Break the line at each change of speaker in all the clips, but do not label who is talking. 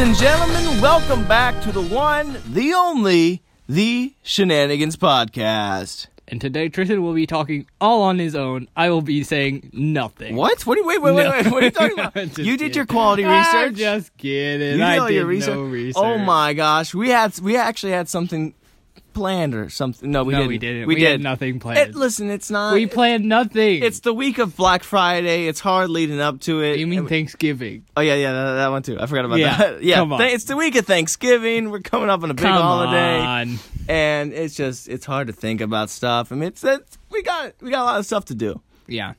and gentlemen, welcome back to the one, the only, the Shenanigans Podcast.
And today, Tristan will be talking all on his own. I will be saying nothing.
What? What? Are you, wait, wait, wait,
No.
wait, What are you talking about?
I'm just
you did your
kidding.
quality
I'm
research.
just kidding.
you did
I
all
did
your research.
no research.
Oh my gosh, we had we actually had something planned or something. No, we
No,
didn't.
we didn't.
We,
We
did
had nothing planned.
It- listen, it's not.
We planned nothing.
It's the week of Black Friday. It's hard leading up to it.
you mean Thanksgiving?
Oh yeah, yeah, that, that one too. I forgot about
Yeah,
that. yeah,
come on.
th- it's the week of Thanksgiving. We're coming up on a big
Come
holiday,
on.
and it's just it's hard to think about stuff. I mean, it's, it's we got we got a lot of stuff to do.
Yeah.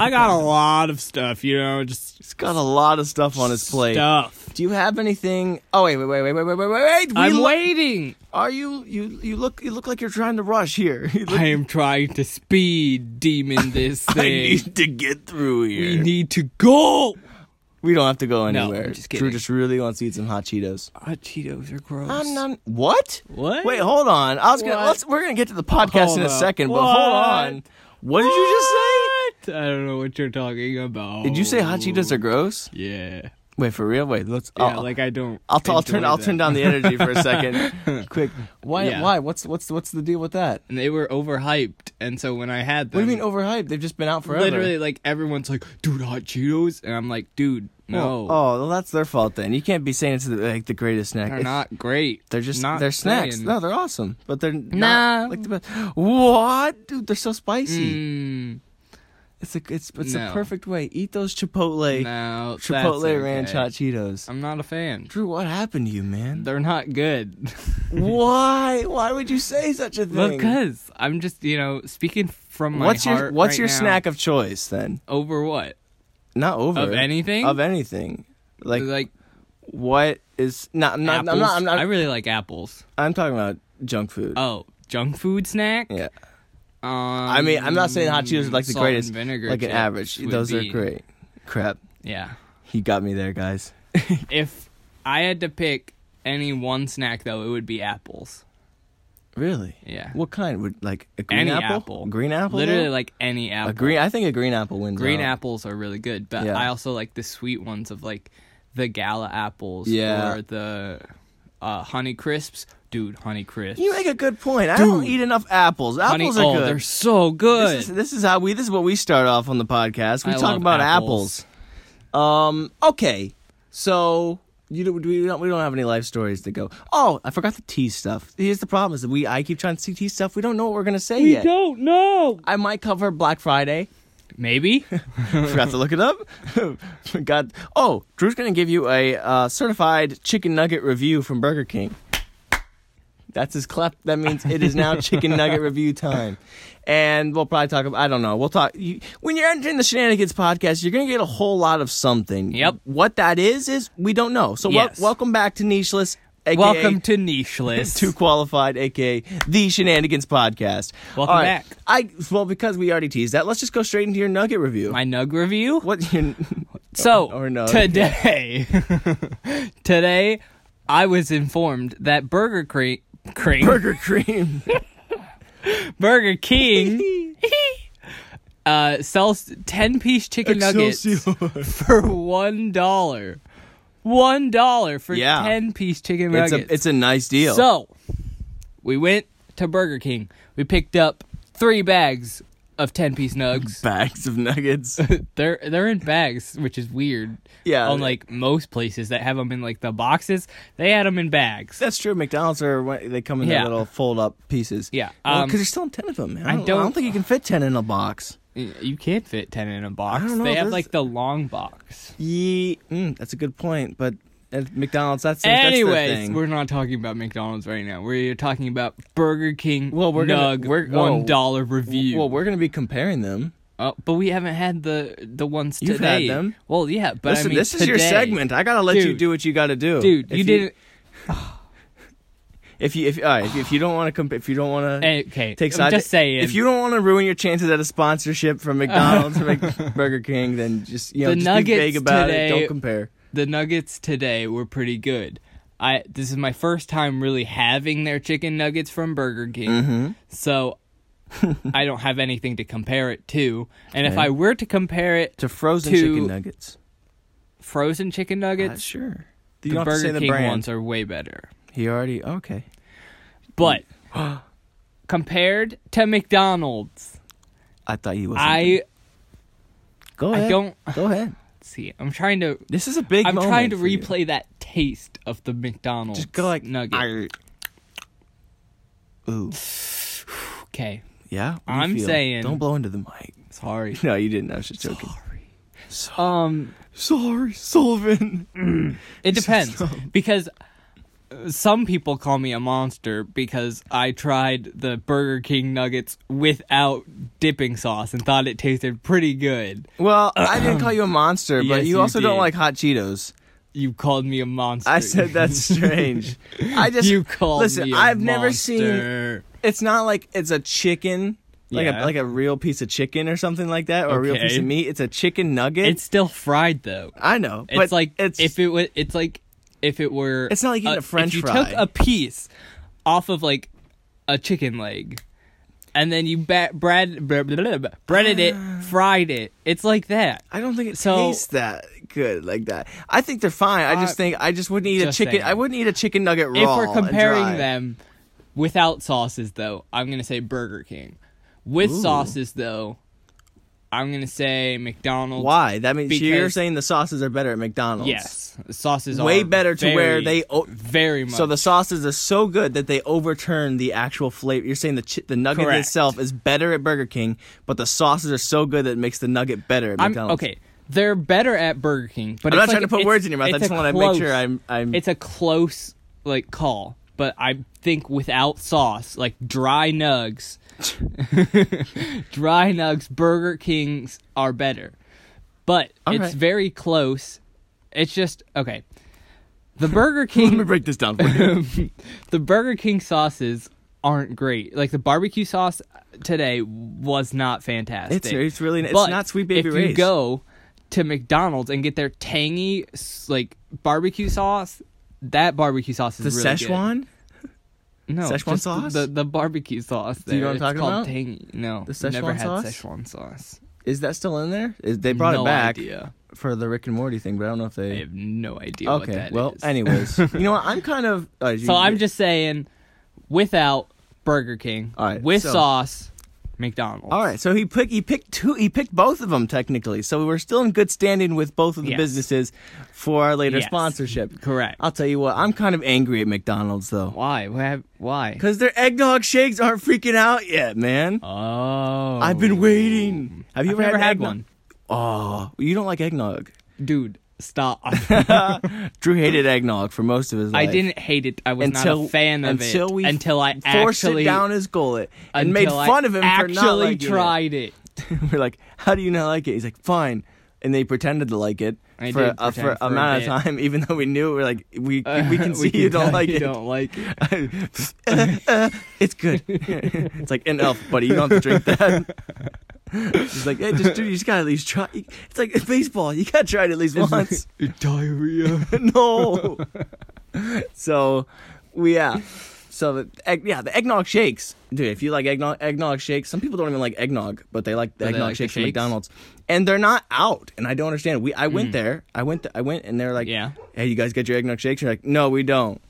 I got a lot of stuff. You know, just
He's got a lot of stuff on his plate.
stuff.
Do you have anything? Oh wait, wait, wait, wait, wait, wait, wait, wait. We
I'm
lo-
waiting.
Are you you you look you look like you're trying to rush here. You look-
I am trying to speed demon this
I
thing.
need to get through here.
We need to go.
We don't have to go
No,
anywhere.
I'm just
Drew
kidding.
just really wants to eat some hot Cheetos.
Ah, Cheetos are gross.
I'm not. What?
What?
Wait, hold on. I was gonna.
What?
Let's, we're gonna get to the podcast
Hold
in a
up.
second, but hold
What?
on. What did you just say?
I don't know what you're talking about.
Did you say hot Cheetos are gross?
Yeah.
Wait, for real? Wait, let's.
Oh. Yeah,
oh,
like I don't.
I'll, t- I'll turn.
enjoy
I'll
them.
turn down the energy for a second. Quick. Why?
Yeah.
Why? What's what's what's the deal with that?
And they were overhyped, and so when I had
What
them,
do you mean overhyped? They've just been out forever.
Um, literally, like everyone's like, "Dude, hot Cheetos," and I'm like, "Dude, no,
Oh, well, that's their fault then. You can't be saying it's the, like the greatest snack.
they're
It's-
not great.
They're just
not
they're snacks.
saying-
No, they're awesome, but they're
Nah.
not like the best. What, dude? They're so spicy.
Mm,
It's a it's it's the
No.
perfect way. Eat those Chipotle
no, that's
Chipotle
okay. Um,
Ranch Hot Cheetos.
I'm not a fan.
Drew, what happened to you, man?
They're not good.
Why? Why would you say such a
Well,
thing?
because I'm just you know speaking from my
what's your
heart
what's
right
your
now.
snack of choice then?
over what
Not over
of anything?
of anything. Like,
like
what is not? I'm not. I'm
apples.
not. I'm, not
I
I'm,
really like apples.
talking about junk food.
Oh, junk food snack.
yeah.
Um,
I mean, I'm not saying hot Cheetos are like the
salt and
greatest,
vinegar
like an
chips
average.
would
Those
be-
are great. Crap,
Yeah.
he got me there, guys.
If I had to pick any one snack, though, it would be apples.
Really?
Yeah.
What kind? Would like a green
any
apple? Green apple?
Literally,
though?
like any apple.
a green. I think a green apple wins.
Green
out.
apples are really good, but
Yeah.
I also like the sweet ones of like the gala apples
Yeah.
or the uh, honey crisps. Dude, honey crisps.
You make a good point. I don't
Dude.
eat enough apples.
honey,
Apples
oh,
are good.
they're so good.
This is, this is how we. This is what we start off on the podcast. We
I
talk
love
about apples.
apples.
Um. Okay. So you do, we don't we don't have any life stories to go. Oh, I forgot the tea stuff. Here's the problem: is that we I keep trying to see tea stuff. We don't know what we're gonna say yet.
don't know.
I might cover Black Friday.
Maybe.
Forgot to look it up. Got oh, Drew's gonna give you a uh, certified chicken nugget review from Burger King. That's his clap. That means it is now chicken nugget review time, and we'll probably talk. about, I don't know. We'll talk you, when you're entering the Shenanigans podcast. You're gonna get a whole lot of something.
Yep.
What that is is we don't know. So wel-
Yes.
welcome back to Nicheless. AKA
Welcome to Nicheless.
Too qualified, aka the Shenanigans podcast.
Welcome
All
back.
I well because we already teased that. Let's just go straight into your nugget review.
My nug review.
What you
So
Or no.
today, today, I was informed that Burger Cre- King, Burger,
burger cream?
King, uh, sells ten-piece chicken nuggets
Excelsior.
for one dollar. One dollar for
Yeah.
ten-piece chicken
It's
nuggets.
a it's a nice deal.
So, we went to Burger King. We picked up three bags of ten-piece nugs.
bags of nuggets.
they're they're in bags, which is weird.
Yeah.
on like most places that have them in like the boxes, they had them in bags.
That's true. McDonald's are when- they come in their
Yeah.
little fold up pieces.
Yeah,
because
um,
there's still ten of them. Man. I,
I
don't, I don't
don't-
think you can fit ten in a box.
You can't fit ten in a box.
I don't know,
they have
there's-
like the long box.
Ye, mm, that's a good point. But at McDonald's, that's that's their
Anyways,
thing.
we're not talking about McDonald's right now. We're talking about Burger King.
Well, we're gonna-
nug
we're- oh.
one dollar review.
well, we're gonna be comparing them.
oh, but we haven't had the the ones
You've had
today.
them.
Well, yeah, but
Listen,
I mean,
this is your
today-
segment. I gotta let you
Dude.
do what you gotta do,
dude.
If
you didn't.
If you if all right, if, you- if you don't want to comp- if you don't want to
eh, Okay,
Takes
I'm
out-
just saying.
If you don't want to ruin your chances at a sponsorship from McDonald's or Mc- Burger King, then just you know
The
just be
nuggets
vague about it.
today-
Don't compare.
the nuggets today were pretty good. I this is my first time really having their chicken nuggets from Burger King.
Mm-hmm.
So I don't have anything to compare it to. And if
Okay.
I were to compare it
To
to
frozen
To-
chicken nuggets.
frozen chicken
Uh,
nuggets,
sure. You
the
don't have to
Burger
say the
King
brand.
ones are way better.
He already okay.
But compared to McDonald's,
I thought you was.
I
go ahead.
I don't
go ahead.
see. I'm trying to
This is a big.
I'm
moment
trying to
for you.
replay that taste of the McDonald's
Just go like
nugget.
"Arr." Ooh,
okay,
yeah. what do you
I'm
feel?
saying-
Don't blow into the mic.
sorry.
No, you didn't. I was just joking.
sorry.
So-
Um,
Sorry, Sullivan.
it depends because uh, some people call me a monster because I tried the Burger King nuggets without dipping sauce and thought it tasted pretty good.
Well, I didn't call you a monster, but
Yes,
you
you
also don't
did.
like hot Cheetos.
You called me a monster.
I said that's strange. I just
you called
listen.
me. a
I've never seen.
monster.
It's not like it's a chicken, like
Yeah.
a like a real piece of chicken or something like that, or a real piece
Okay.
of meat. It's a chicken nugget.
It's still fried though.
I know,
It's
but
like
it's
if it was. It's like if it were.
It's not like eating a French
if you
fry.
took a piece off of like a chicken leg, and then you ba- bread blah, blah, blah, blah, breaded
Ah.
it, fried it. It's like that.
I don't think it
So-
tastes that good like that. I think they're fine. I just
I-
think I just wouldn't eat a
Just
chicken.
saying.
I wouldn't eat a chicken nugget raw.
if we're
and dry.
comparing them without sauces, though, I'm gonna say Burger King. With
Ooh.
sauces, though, I'm gonna say McDonald's.
why? That means so you're
Because-
saying the sauces are better at McDonald's.
Yes, sauces
Way
are
better to where
very,
they o-
very much
So the sauces are so good that they overturn the actual flavor. You're saying the chi- the nugget
Correct.
itself is better at Burger King, but the sauces are so good that it makes the nugget better at
I'm
McDonald's.
okay. They're better at Burger King, but
I'm
it's
not
like-
trying to put
it's-
words in your mouth. I
it's
just
a
want to make
close-
sure I'm I'm
It's a close like call, but I think without sauce, like dry nugs, dry nugs, Burger Kings are better, but
All
it's
right.
very close. It's just okay. The Burger
Let me
King,
break this down for you.
the Burger King sauces aren't great. Like the barbecue sauce today was not fantastic.
It's, it's really it's
But
not sweet baby
if
Ray's.
you go to McDonald's and get their tangy s- like barbecue sauce, that barbecue sauce is
the
really good.
Szechuan,
No,
Szechuan
just
sauce?
The the barbecue sauce. There.
Do you know what I'm talking
it's called
about?
Tangy. No,
The Szechuan
never had
sauce?
Szechuan sauce.
is that still in there? Is, they brought
no
it back
Idea.
for the Rick and Morty thing, but I don't know if
I
they.
have no idea. what
okay,
that
well,
is.
anyways, you know what? I'm kind of. uh, you-
So I'm just saying, without Burger King,
All right,
with
so-
sauce, McDonald's.
All right, so he picked he picked two he picked both of them technically. So we're still in good standing with both of the
Yes.
businesses for our later
Yes.
sponsorship.
correct.
I'll tell you what, I'm kind of angry at McDonald's though.
Why? Why? Why?
Cuz their eggnog shakes aren't freaking out yet, man.
Oh,
I've been waiting. Have you
I've
ever
never
had,
had
eggnog?
one.
Oh, you don't like eggnog.
dude stop
Drew hated eggnog for most of his
i
life.
didn't hate it i was not
Until-
a fan of
until
it
we
until i
Forced
actually
it down his gullet and made
until I
fun of him for
actually
not liking it.
tried it,
We're like, how do you not like it? He's like, fine. And they pretended to like it
I
for,
did
uh, for
pretend for a
amount of
bit.
time, even though we knew we are like, we we can see you don't
tell
like
you
it.
don't like it
Uh, uh, it's good. it's like an elf, buddy. You don't have to drink that. He's like, hey, just dude, you just gotta at least try. It's like baseball. You gotta try it at least once.
diarrhea
no. so, we yeah. So the egg, yeah, the eggnog shakes, dude. If you like eggnog, eggnog shakes. Some people don't even like eggnog, but they like the
But they
eggnog
like the
shakes from
shakes? Hmm.
McDonald's, and they're not out. And I don't understand. We I went there. I went. th- I went, and they're like,
yeah
hey, you guys get your eggnog shakes? You're like, no, we don't.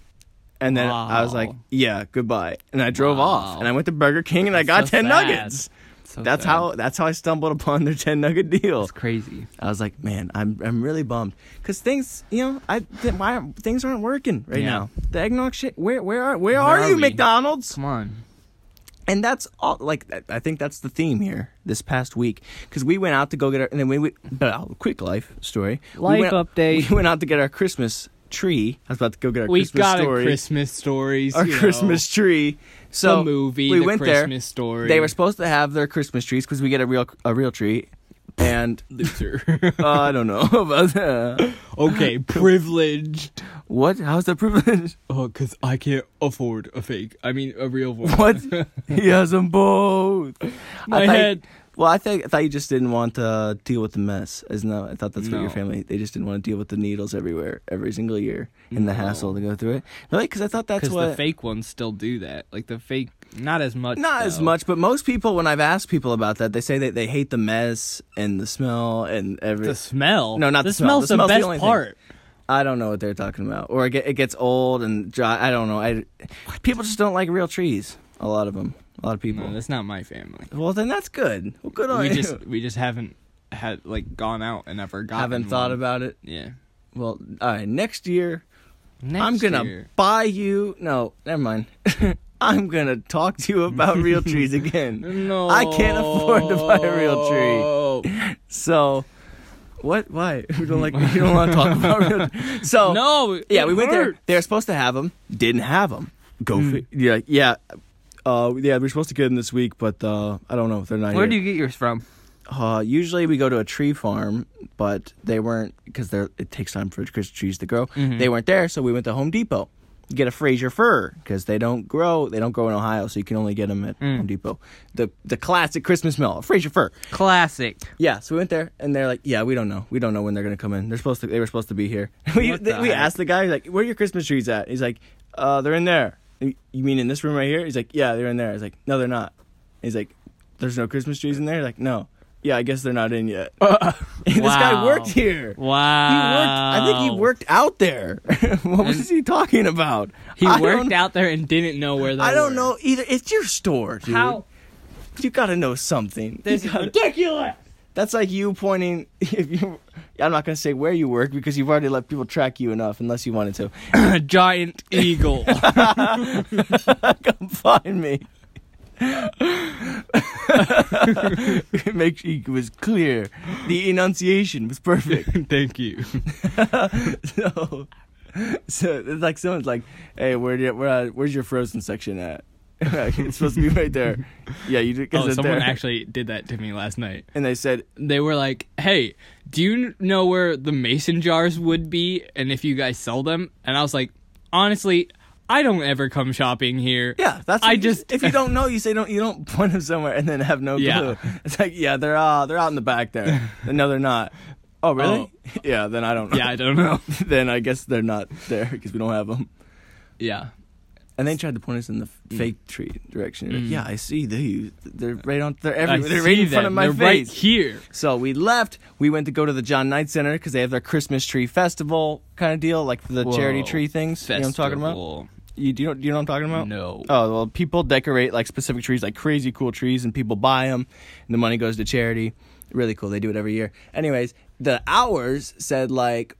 And then I was
Wow.
like, yeah, goodbye. And I drove off
Wow.
and I went to Burger King and I got
so
10
sad.
nuggets.
So
That's
sad.
how that's how I stumbled upon their 10 nugget deal.
it's crazy
I was like, man, I'm I'm really bummed cuz things, you know, I th- why things aren't working right
Yeah.
now. The eggnog shit, where where are where, are,
are
you
we?
McDonald's?
come on
And that's all. Like that- I think that's the theme here this past week because we went out to go get our and then we, we but I'll- quick life story We
Life
went-
update.
We went out to get our Christmas tree. I was about to go get our
we
Christmas
got
story,
a christmas stories
our
you know,
Christmas tree. So
the movie
we
the
went
christmas
there.
story
They were supposed to have their Christmas trees because we get a real a real tree, and
loser
uh, I don't know about that.
okay privileged
What? How's the privilege?
oh because i can't afford a fake i mean a real one
What? he has them both. I
my
thought-
head
Well, I think I thought you just didn't want to deal with the mess, isn't that? I thought that's what your
No.
family they just didn't want to deal with the needles everywhere every single year and the
No.
hassle to go through it. Really? Because I thought that's what
Because the fake ones still do that. Like the fake, not as much.
not as
though.
much, but most people when I've asked people about that, they say that they hate the mess and the smell and every.
The smell.
No, not the smell.
smell's
The
the,
smell's the
best
only thing.
part.
I don't know what they're talking about. Or it, get, it gets old and dry. I don't know. I people just don't like real trees. A lot of them. A lot of people.
No, that's not my family.
well, then that's good. Well, good on
We
you.
just we just haven't had like gone out and ever gotten.
haven't thought
one.
about it.
Yeah.
Well, all right. Next year,
Next
I'm gonna
year.
buy you. No, never mind. I'm gonna talk to you about real trees again.
No.
I can't afford to buy a real
tree.
So, what? Why? You don't like? You don't want to talk about real? So
No.
Oh. Yeah,
it Hmm.
we went there.
hurt.
They were supposed to have them. Didn't have them. Go. fi- yeah, yeah, uh, yeah. We are supposed to get them this week, but uh, I don't know if they're not
Where do
here.
you get yours from?
uh, usually we go to a tree farm, but they weren't because they're. It takes time for Christmas trees to grow.
Mhm.
They weren't there, so we went to Home Depot. Get a Fraser fir because they don't grow. They don't grow in Ohio, so you can only get them at
Mm.
Home Depot. The the classic Christmas smell, a Fraser fir.
Classic.
Yeah, so we went there, and they're like, "Yeah, we don't know. We don't know when they're gonna come in. They're supposed to. They were supposed to be here." we
What
th-
the
we
heck?
asked the guy like, "Where are your Christmas trees at?" He's like, "Uh, they're in there." "You- You mean in this room right here? He's like, "Yeah, they're in there." He's like, "No, they're not." He's like, "There's no Christmas trees in there." He's like, "No." Yeah, I guess they're not in yet. this guy
Wow.
worked here. He worked.
Wow.
I think he worked out there. what was he talking about?
He
I
worked
don't-
out there and didn't know where they
I don't know
were.
either. It's your store, dude.
How?
You gotta know something. You
This is
gotta-
ridiculous.
That's like you pointing. If you, I'm not gonna say where you work because you've already let people track you enough, unless you wanted to.
A giant eagle.
Come find me. Make sure it was clear. The enunciation was perfect.
Thank you.
so, so it's like someone's like, "Hey, where do you, where, uh, where's your frozen section at? it's supposed to be right there." Yeah, you did. 'cause
Oh,
it's
someone
there.
actually did that to me last night.
And they said,
They were like, "Hey, do you kn- know where the mason jars would be, and if you guys sell them?" And I was like, "Honestly, I don't ever come shopping here.
Yeah, that's.
I
what you-
just-
if you don't know, you say don't. You don't point them somewhere and then have no clue.
Yeah.
It's like yeah, they're uh, they're out in the back there. no, they're not. Oh really? Yeah. Then I don't. know.
yeah, I don't know.
then I guess they're not there because we don't have them.
yeah,
And they tried to point us in the f- fake tree direction. You're like,
Mm.
yeah, I see these. They're right on. They're
I
everywhere. They're
see
right in front of
them.
my
They're
face.
right here.
So we left. We went to go to the John Knight Center because they have their Christmas tree festival kind of deal, like the charity
Whoa.
tree things. You know what I'm talking about?
Festival.
You do you know, do you know what I'm talking about?
No.
Oh well, people decorate like specific trees, like crazy cool trees, and people buy them, and the money goes to charity. Really cool. They do it every year. Anyways, the hours said like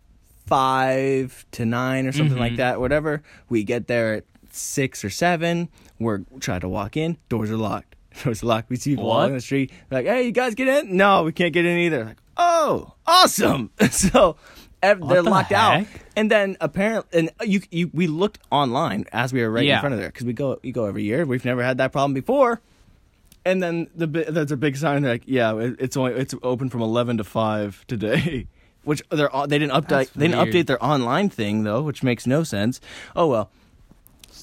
five to nine or something
Mm-hmm.
like that. Whatever. We get there at six or seven. We're try to walk in. Doors are locked. Doors are locked. We see people
What?
walking the street. They're like, hey, you guys get in? No, we can't get in either. Like, oh, awesome. so. ev- they're
the
locked out,
heck?
and then apparently, and you, you, we looked online as we were right in
Yeah.
front of there because we go we go every year. We've never had that problem before. And then the bi- there's a big sign they're like, yeah, it- it's only it's open from eleven to five today, which they're on- they didn't update
That's
they didn't
weird.
update their online thing though, which makes no sense. Oh well.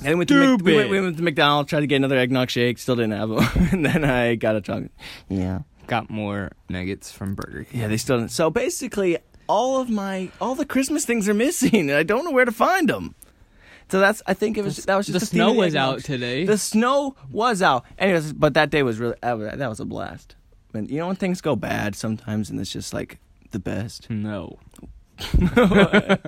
And we went, to Mc- we, went,
Stupid.
we went to McDonald's, tried to get another eggnog shake, still didn't have them. and then I got a chocolate. Yeah.
Got more nuggets from Burger King.
Yeah, they still didn't. So basically, all of my all the Christmas things are missing, and I don't know where to find them. So that's I think it was that was just
the
theme
snow
of
was out
eggnogs.
today.
The snow was out. Anyways, but that day was really that was- that was a blast. When you know when things go bad sometimes, and it's just like the best.
No.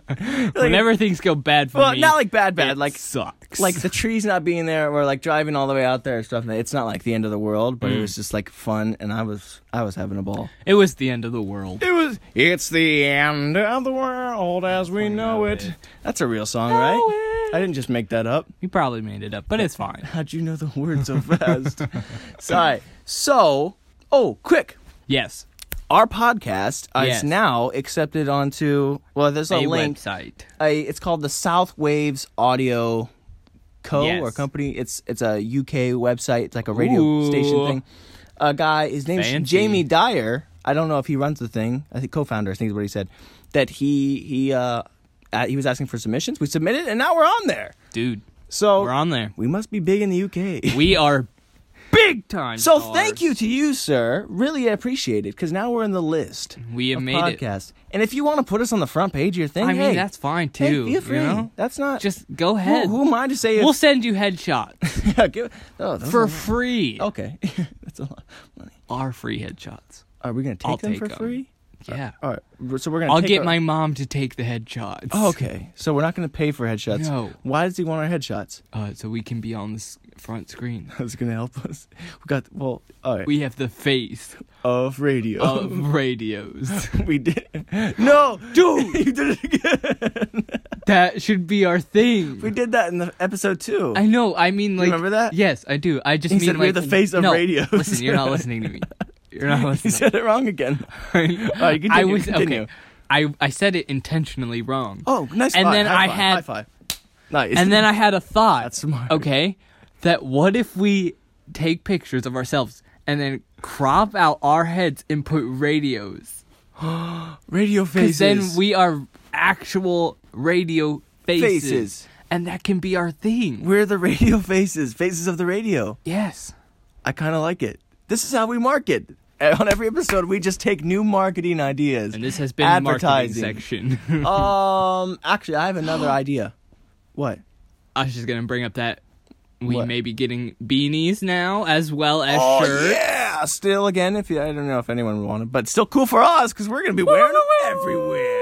Like,
Whenever things go bad for
well,
me,
not like bad bad,
it
like
sucks.
like the trees not being there or like driving all the way out there and stuff. It's not like the end of the world, but it
Mm.
was just like fun, and I was I was having a ball.
it was the end of the world.
It was. It's the end of the world as we know it. That's a real song, right?
it.
I didn't just make that up.
You probably made it up, but it's fine.
How'd you know the word so fast? Sorry. So, oh, quick.
Yes.
Our podcast
Yes.
is now accepted onto, well, there's a,
a
link.
website.
A, it's called the South Waves Audio Co.
Yes.
or company. It's it's a UK website. It's like a radio
Ooh.
station thing. A guy, his name's
Fancy.
Jamie Dyer. I don't know if he runs the thing. I think co-founder. I think is what he said. That he he uh, uh he was asking for submissions. We submitted, and now we're on there.
Dude,
So
we're on there.
we must be big in the UK.
We are big time.
so
stars.
thank you to you, sir. Really appreciate it because now we're in the list.
We have
of
made it.
podcast. And if you want to put us on the front page of your thing,
I mean,
hey,
that's fine
hey,
too.
feel free.
You know?
That's not
Just go
who,
ahead.
who am I to say? if-
we'll send you headshots
Yeah, give, oh, those
for
are-
free.
Oh. okay, that's a lot of money.
Our free headshots.
Are we gonna take
I'll
them
take
for
'em.
free?
Yeah.
All right. So we're gonna.
I'll
take
get
our-
my mom to take the headshots.
Oh, okay. So we're not gonna pay for headshots.
No.
Why does he want our headshots?
Uh, so we can be on the s- front screen.
That's gonna help us. We got well. All right.
We have the face
of radio.
of radios.
we did. No,
Dude!
you did it again.
That should be our thing.
we did that in the episode two.
I know. I mean, like,
remember that?
Yes, I do. I just
He
mean
said
like,
we're the face of
no,
radios.
Listen, you're not listening to me. You're not
he
listening.
said it wrong again.
I,
you continue,
was
continue.
okay. I I said it intentionally wrong.
Oh, nice.
And
five,
then
high
I
five,
had-
high five. Nice.
and then I had a thought.
That's smart.
Okay, that what if we take pictures of ourselves and then crop out our heads and put radios?
radio faces.
Because then we are actual radio faces,
Faces.
and that can be our thing.
we're the radio faces, faces of the radio.
yes.
I kind of like it. This is how we market. And On every episode, we just take new marketing ideas.
And this has been the marketing
advertising
section.
um, actually, I have another idea. What?
I was just gonna bring up that we
What?
may be getting beanies now as well as
Oh
shirts.
yeah! Still, again, if you, I don't know if anyone would want it, but still cool for us because we're gonna be wearing them everywhere.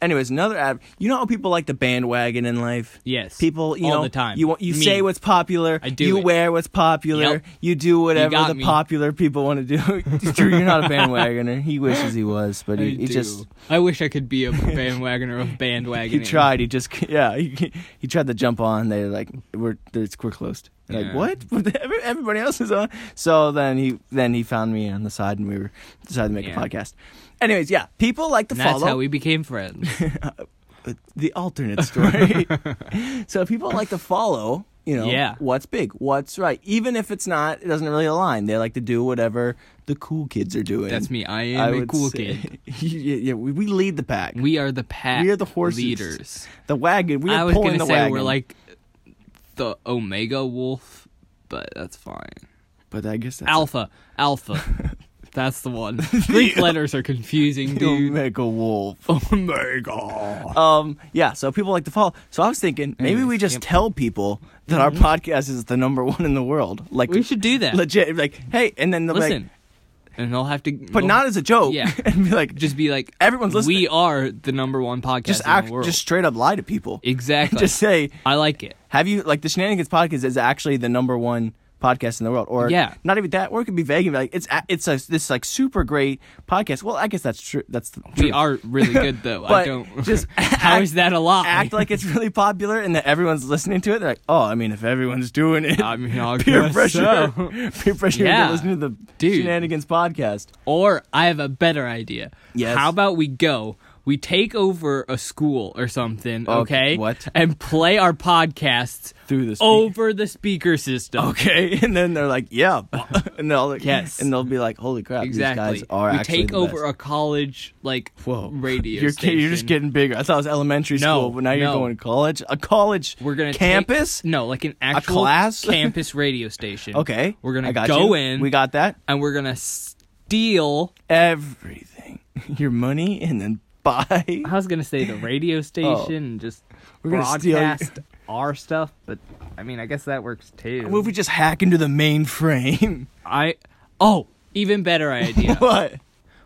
Anyways, another ad. You know how people like the bandwagon in life.
Yes.
People, you
All
know,
the time.
You want- you
Me.
say what's popular.
I do
You
it.
wear what's popular.
Yep.
You do whatever
got
the
me.
popular people want to do. Drew, you're not a bandwagoner. He wishes he was, but
I
he, he
do.
just
I wish I could be a bandwagoner of bandwagoning.
he tried. He just yeah. He, he tried to jump on. They're like we're it's we're closed. They're
Yeah.
Like what? But every- Everybody else is on. So then he then he found me on the side and we were decided to make
Yeah.
a podcast. Anyways, yeah, people like to
And that's
follow
how we became friends.
the alternate story. so people like to follow. You know,
Yeah.
what's big, what's right, even if it's not, it doesn't really align. They like to do whatever the cool kids are doing.
That's me. I
I
am a
would
cool
say-
kid.
yeah, yeah, we, we lead the pack.
We are the pack.
We are the horses.
Leaders.
the wagon. We are
I was
pulling
gonna
the
say
wagon.
we're like the Omega Wolf, but that's fine.
but I guess that's
Alpha. Alpha. that's the one. Greek letters are confusing,
You'll
dude.
make a wolf.
Omega.
Um, yeah, so people like to follow. So I was thinking maybe we
Anyways,
just
Mm, yep. Mm-hmm.
tell people that our podcast is the number one in the world. Like
We should do that.
legit. Like, hey, and then they'll be
Listen.
like,
and they'll have to
but not as a joke.
Yeah.
and be like, just
just be like
Everyone's listening.
We are the number one podcast
just
in
act,
the world.
just straight up lie to people.
exactly.
Just say,
I like it.
have you like the Shenanigans podcast is actually the number one podcast in the world, or
Yeah.
not even that, or it could be vague and be like it's a- it's a, this like super great podcast. Well, I guess that's true. That's the
We
truth.
are really good though. I
But
don't
just
How is that a lie?
act like it's really popular and that everyone's listening to it. They're like, oh, I mean, if everyone's doing it,
I mean, I
peer
guess
pressure,
so.
peer pressure
Yeah.
to listen to the
Dude.
Shenanigans podcast.
Or I have a better idea.
Yes.
How about we go? We take over a school or something, okay?
Oh, what?
And play our podcasts
Through the Oh, speaker.
over the speaker system.
Okay, and then they're like, yeah, and they'll like,
Yes.
and they'll be like, holy crap,
Exactly.
these guys are
we
actually
take
the
over
best.
a college like
Whoa.
radio
You're,
station.
kid- you're just getting bigger. I thought it was elementary
No,
school, but now you're
no.
going to college. A college
We're gonna take-
campus?
no, like an actual
class?
campus radio station.
okay.
we're gonna
I got
go
you.
in.
We got that.
and we're gonna steal.
Everything. Your money and then buy.
I was gonna say the radio station and just
Oh. We're gonna steal your-
broadcast our stuff, but I mean, I guess that works too.
What if we just hack into the mainframe?
I oh, even better idea.
what?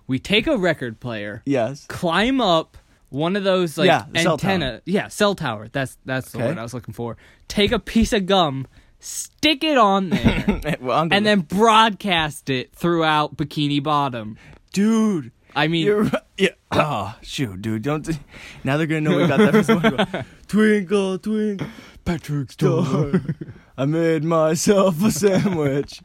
we take a record player,
Yes.
climb up one of those like
Yeah, cell tower.
antenna, yeah, cell tower. That's that's the
Okay.
word I was looking for. Take a piece of gum, stick it on there,
Well, I'm
and
gonna-
then broadcast it throughout Bikini Bottom.
dude,
I mean,
you're right. yeah. Oh shoot, dude, don't. Now they're gonna know we got that from SpongeBob. twinkle, twinkle, Patrick's door. I made myself a sandwich.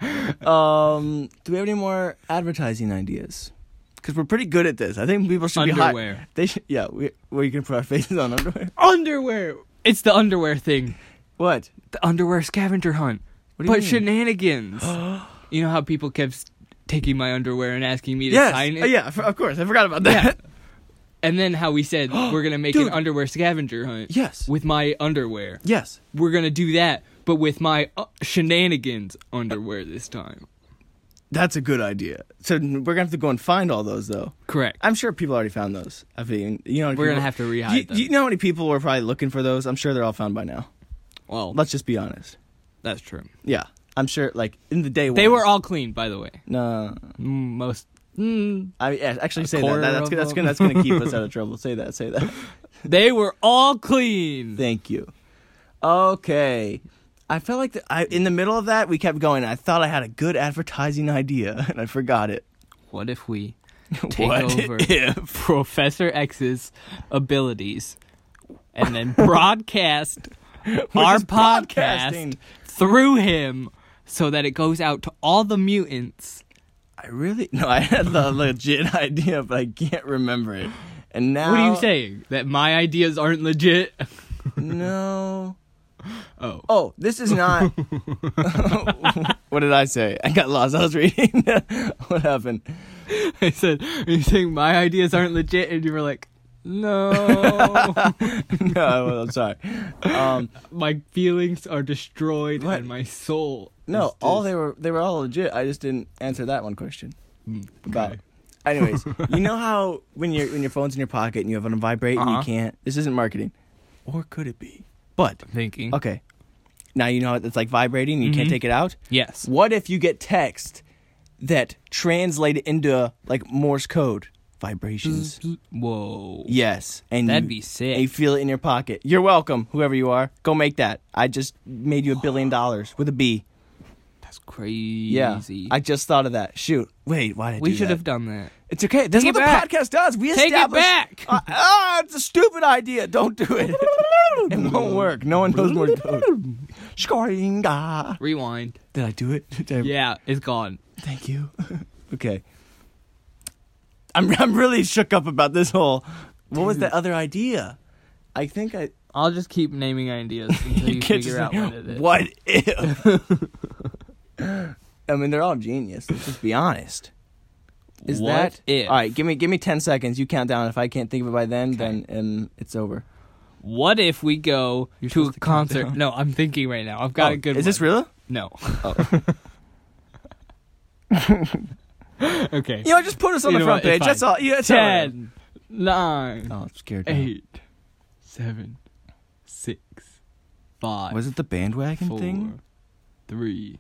um, do we have any more advertising ideas? Because we're pretty good at this. I think people should be hot.
Underwear.
They should, yeah, we we can put our faces on underwear.
underwear. It's the underwear thing.
What?
The underwear scavenger hunt.
What do you
but
mean?
shenanigans. you know how people kept s- taking my underwear and asking me to
Yes.
sign it?
Oh, yeah. Of course. I forgot about that.
Yeah. And then how we said we're gonna make
Dude.
an underwear scavenger hunt.
Yes.
With my underwear,
Yes.
we're gonna do that, but with my uh, shenanigans underwear this time.
That's a good idea. So n- we're gonna have to go and find all those though.
Correct.
I'm sure people already found those. I mean, you know,
We're gonna have to rehide
you,
them.
You know how many people were probably looking for those? I'm sure they're all found by now.
well,
Let's just be honest.
that's true.
Yeah, I'm sure. Like in the day,
They
one-
were all clean, by the way.
No,
M- Most Mm,
I yeah, actually say that.
quarter
that that's,
of
that's,
them.
gonna, that's gonna keep us out of trouble. Say that. Say that.
they were all clean.
Thank you. Okay. I felt like the, I, in the middle of that we kept going. I thought I had a good advertising idea and I forgot it.
What if we take
What
over
if?
Professor X's abilities and then broadcast our
is
podcast
broadcasting.
through him so that it goes out to all the mutants?
I really no. I had the legit idea, but I can't remember it. And now
What are you saying? That my ideas aren't legit?
No.
Oh.
Oh, this is not. what did I say? I got lost. I was reading. what happened?
I said, Are you saying my ideas aren't legit? And you were like, No.
No, I was- I'm sorry. Um,
my feelings are destroyed
What?
and my soul.
no,
is
all
dis-
they were they were all legit. I just didn't answer that one question. About. Anyways, you know how when your when your phone's in your pocket and you have it on vibrate and
Uh-huh.
you can't. This isn't marketing, or could it be? But
thinking.
okay, now you know it's like vibrating. and You can't
Mhm.
take it out.
Yes.
What if you get text that translate it into like Morse code vibrations?
Whoa.
Yes, and
That'd
you-
be sick.
And you feel it in your pocket. You're welcome, whoever you are. Go make that. I just made you a billion dollars with a B.
That's crazy.
Yeah, I just thought of that. Shoot, wait, why did I
we
do
should
that?
have done that.
It's okay. That's
Take
what the
it back.
podcast does. We
Take it
establish.
back.
Ah, ah, it's a stupid idea. Don't do it. it won't work. No one knows Morse code. Scoringa.
Rewind.
Did I do it? Did I
Yeah, it's gone.
Thank you. okay. I'm I'm really shook up about this whole. What was the other idea? I think I.
I'll just keep naming ideas until you,
can't
figure
just
out
say,
what it is.
What if? I mean, they're all genius. Let's just be honest. Is
What
that
if?
all right? Give me give me ten seconds. You count down. If I can't think of it by then, then and it's over.
What if we go
You're
to a
supposed to count
concert?
down.
No, I'm thinking right now. I've got
Oh,
a good
Is this
one.
real?
No.
Oh.
okay.
you know, just put us on the
You know
front
what? It's
page. That's
fine.
all. Yeah, it's all right.
Ten, nine,
Oh, I'm scared. now.
eight, seven, six, five,
Was it the bandwagon
four,
thing?
three,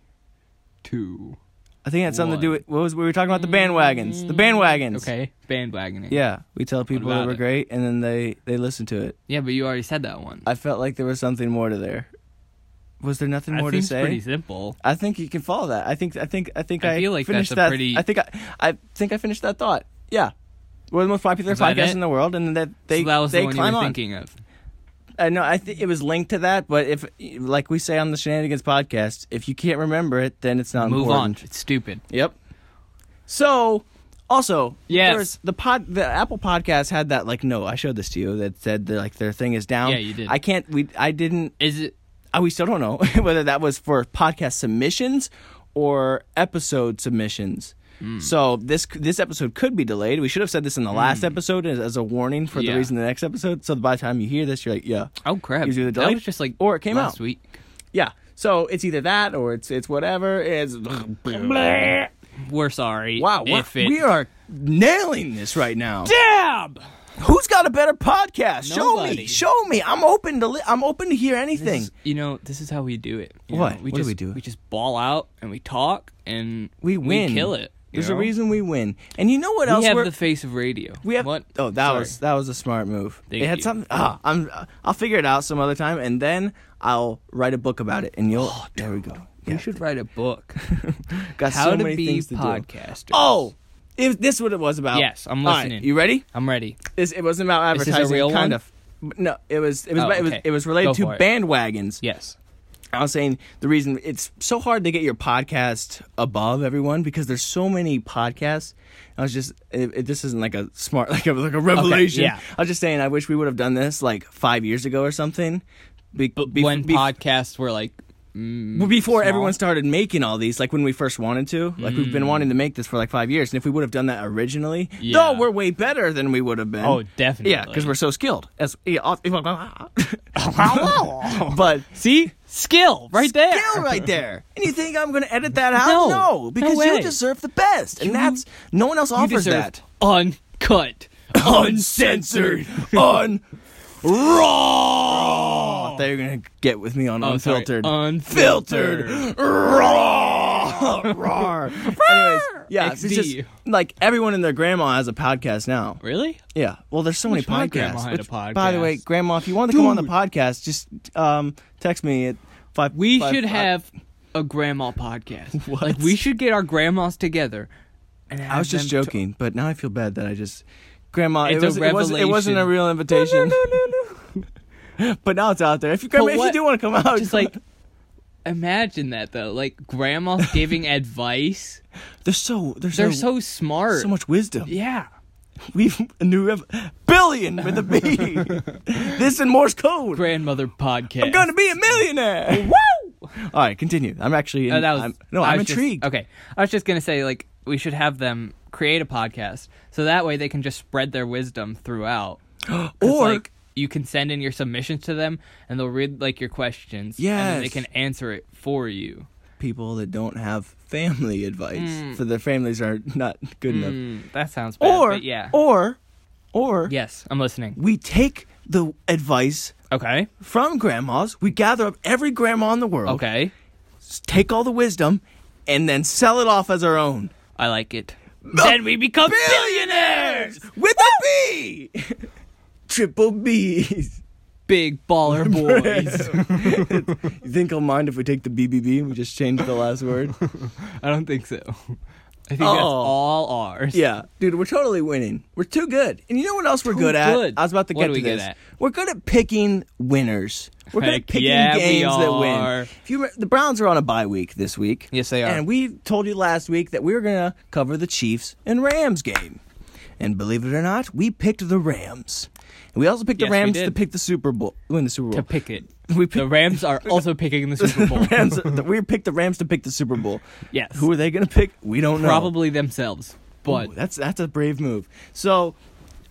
two.
I think it had something to do
One.
with what was we were talking about the bandwagons. The bandwagons.
Okay, bandwagoning.
Yeah, we tell people that
about
we're
it?
great, and then they they listen to it.
yeah, but you already said that one.
I felt like there was something more to there. Was there nothing
I
more
think
to
it's
say?
pretty simple.
I think you can follow that. I think I think I think I,
I feel like
finished
that's a
that.
pretty-
I think I I think I finished that thought. Yeah, we're the most popular
Is that
podcast
it?
in the world, and that they
so that was
they
the one you
climb
were
on.
thinking of.
I know. I think it was linked to that, but if like we say on the Shenanigans podcast, if you can't remember it, then it's not
Move
important.
on. It's stupid.
Yep. So, also,
Yes.
there's the pod, the Apple Podcast had that like no, I showed this to you that said that, like their thing is down.
Yeah, you did.
I can't. We I didn't.
Is it?
I, we still don't know whether that was for podcast submissions or episode submissions.
Hmm.
So this this episode could be delayed. We should have said this in the last episode as, as a warning for
Hmm. Yeah.
the reason the next episode. So by the time you hear this, you're like, yeah,
Oh crap!
Is it the
that
delay?
was just like
Or it came
last
out.
week.
yeah. So it's either that or it's it's whatever. It's
We're sorry.
wow. we're-
If it,
we are nailing this right now.
Dab.
Who's got a better podcast? Show
Nobody.
me. Show me. I'm open to li- I'm open to hear anything.
This- you know, this is how we do it. you
What?
know? we
What do
just,
we do?
We just ball out and we talk and
we win.
kill it. you
There's a
know?
reason we win. And you know what else
We have
we're
the face of radio.
we have
what?
Oh, that
Sorry.
was that was a smart move.
Thank
it had
you.
something ah, I'm I'll figure it out some other time and then I'll write a book about it and you'll There we go.
We
Yeah.
Oh, should write a book.
Got
How
so
to
many
be
things to do.
podcasters.
Oh, if this what it was about.
Yes, I'm
All right,
listening.
you ready?
I'm ready.
This it wasn't about
Is this a
advertising
real
kind
one?
of. But No, it was it was
Oh,
about- it was
okay.
it was related
Go
to
for it.
bandwagons.
Yes.
I was saying the reason it's so hard to get your podcast above everyone because there's so many podcasts. I was just it, it, this isn't like a smart like a like a revelation.
yeah.
I was just saying I wish we would have done this like five years ago or something. Be, be-
when
be-
podcasts were like mm,
well, before
small. Mm.
everyone started making all these, like when we first wanted to, like we've been wanting to make this for like five years, and if we would have done that originally,
Yeah.
though we're way better than we would have been.
Oh, definitely.
Yeah, because we're so skilled. As yeah, off- but
see skill right there.
skill right there. And you think I'm going to edit that out?
No.
No,
No
because
way.
you deserve the best, and that's no one else
You
offers
deserve
that.
uncut,
Uncensored, un raw. I thought you were gonna get with me on
Oh, sorry.
unfiltered,
Unfiltered.
Filtered. raw. Roar. Anyways, yeah, it's
XD.
just like everyone and their grandma has a podcast now.
Really?
Yeah. Well, there's so many
Which
podcasts.
my grandma had a
By the
podcast.
way, grandma, if you want to come on the podcast, just um, text me at five.
We
five-
should
five-
have a grandma podcast.
What?
Like we should get our grandmas together. And
I was just joking, but now I feel bad that I just grandma. it,
It's a
was, it, wasn't, it wasn't a
revelation.
real invitation, but now it's out there. If you grandma, if you
what-
do want to come out,
Just like imagine that though. Like grandmas giving advice.
they're so they're,
They're
so,
so smart.
so much wisdom.
Yeah.
We've a new rev- billion with a B. this and Morse code.
Grandmother podcast.
I'm gonna be a millionaire.
Woo!
All right, continue. I'm actually.
Oh, that was
I'm, no,
I
I'm
was just-
intrigued.
okay, I was just gonna say like we should have them create a podcast so that way they can just spread their wisdom throughout. 'Cause,
Or-
like you can send in your submissions to them and they'll read like your questions. and then they
Yes.
can answer it for you.
People that don't have family advice for their families are not good enough.
Mm, that sounds bad.
Mm. Or
but yeah.
or or
yes, I'm listening.
we take the advice
Okay.
from grandmas. We gather up every grandma in the world.
Okay.
s- Take all the wisdom, and then sell it off as our own.
I like it. then we become billionaires.
with a B. Triple B's.
Big baller boys.
You think I'll mind if we take the BBB and we just change the last word?
I don't think so. I think that's
Oh.
all ours.
Yeah, dude, we're totally winning. We're too good. And you know what else we're good at?
good.
I was about to
What
get
are
to
we good
this.
at?
We're good at picking winners. We're good
Heck
at picking
yeah, we
games that win.
are.
If you re- the Browns are on a bye week this week.
Yes, they are.
And we told you last week that we were going to cover the Chiefs and Rams game. And believe it or not, we picked the Rams. And we also picked
Yes,
the
we
Rams to
did.
pick the Super Bowl, win the Super Bowl.
To pick it.
we picked
The Rams are also picking the Super Bowl.
Rams, we picked the Rams to pick the Super Bowl.
Yes.
Who are they going to pick? We don't know.
Probably themselves. But
Ooh, that's that's a brave move. So,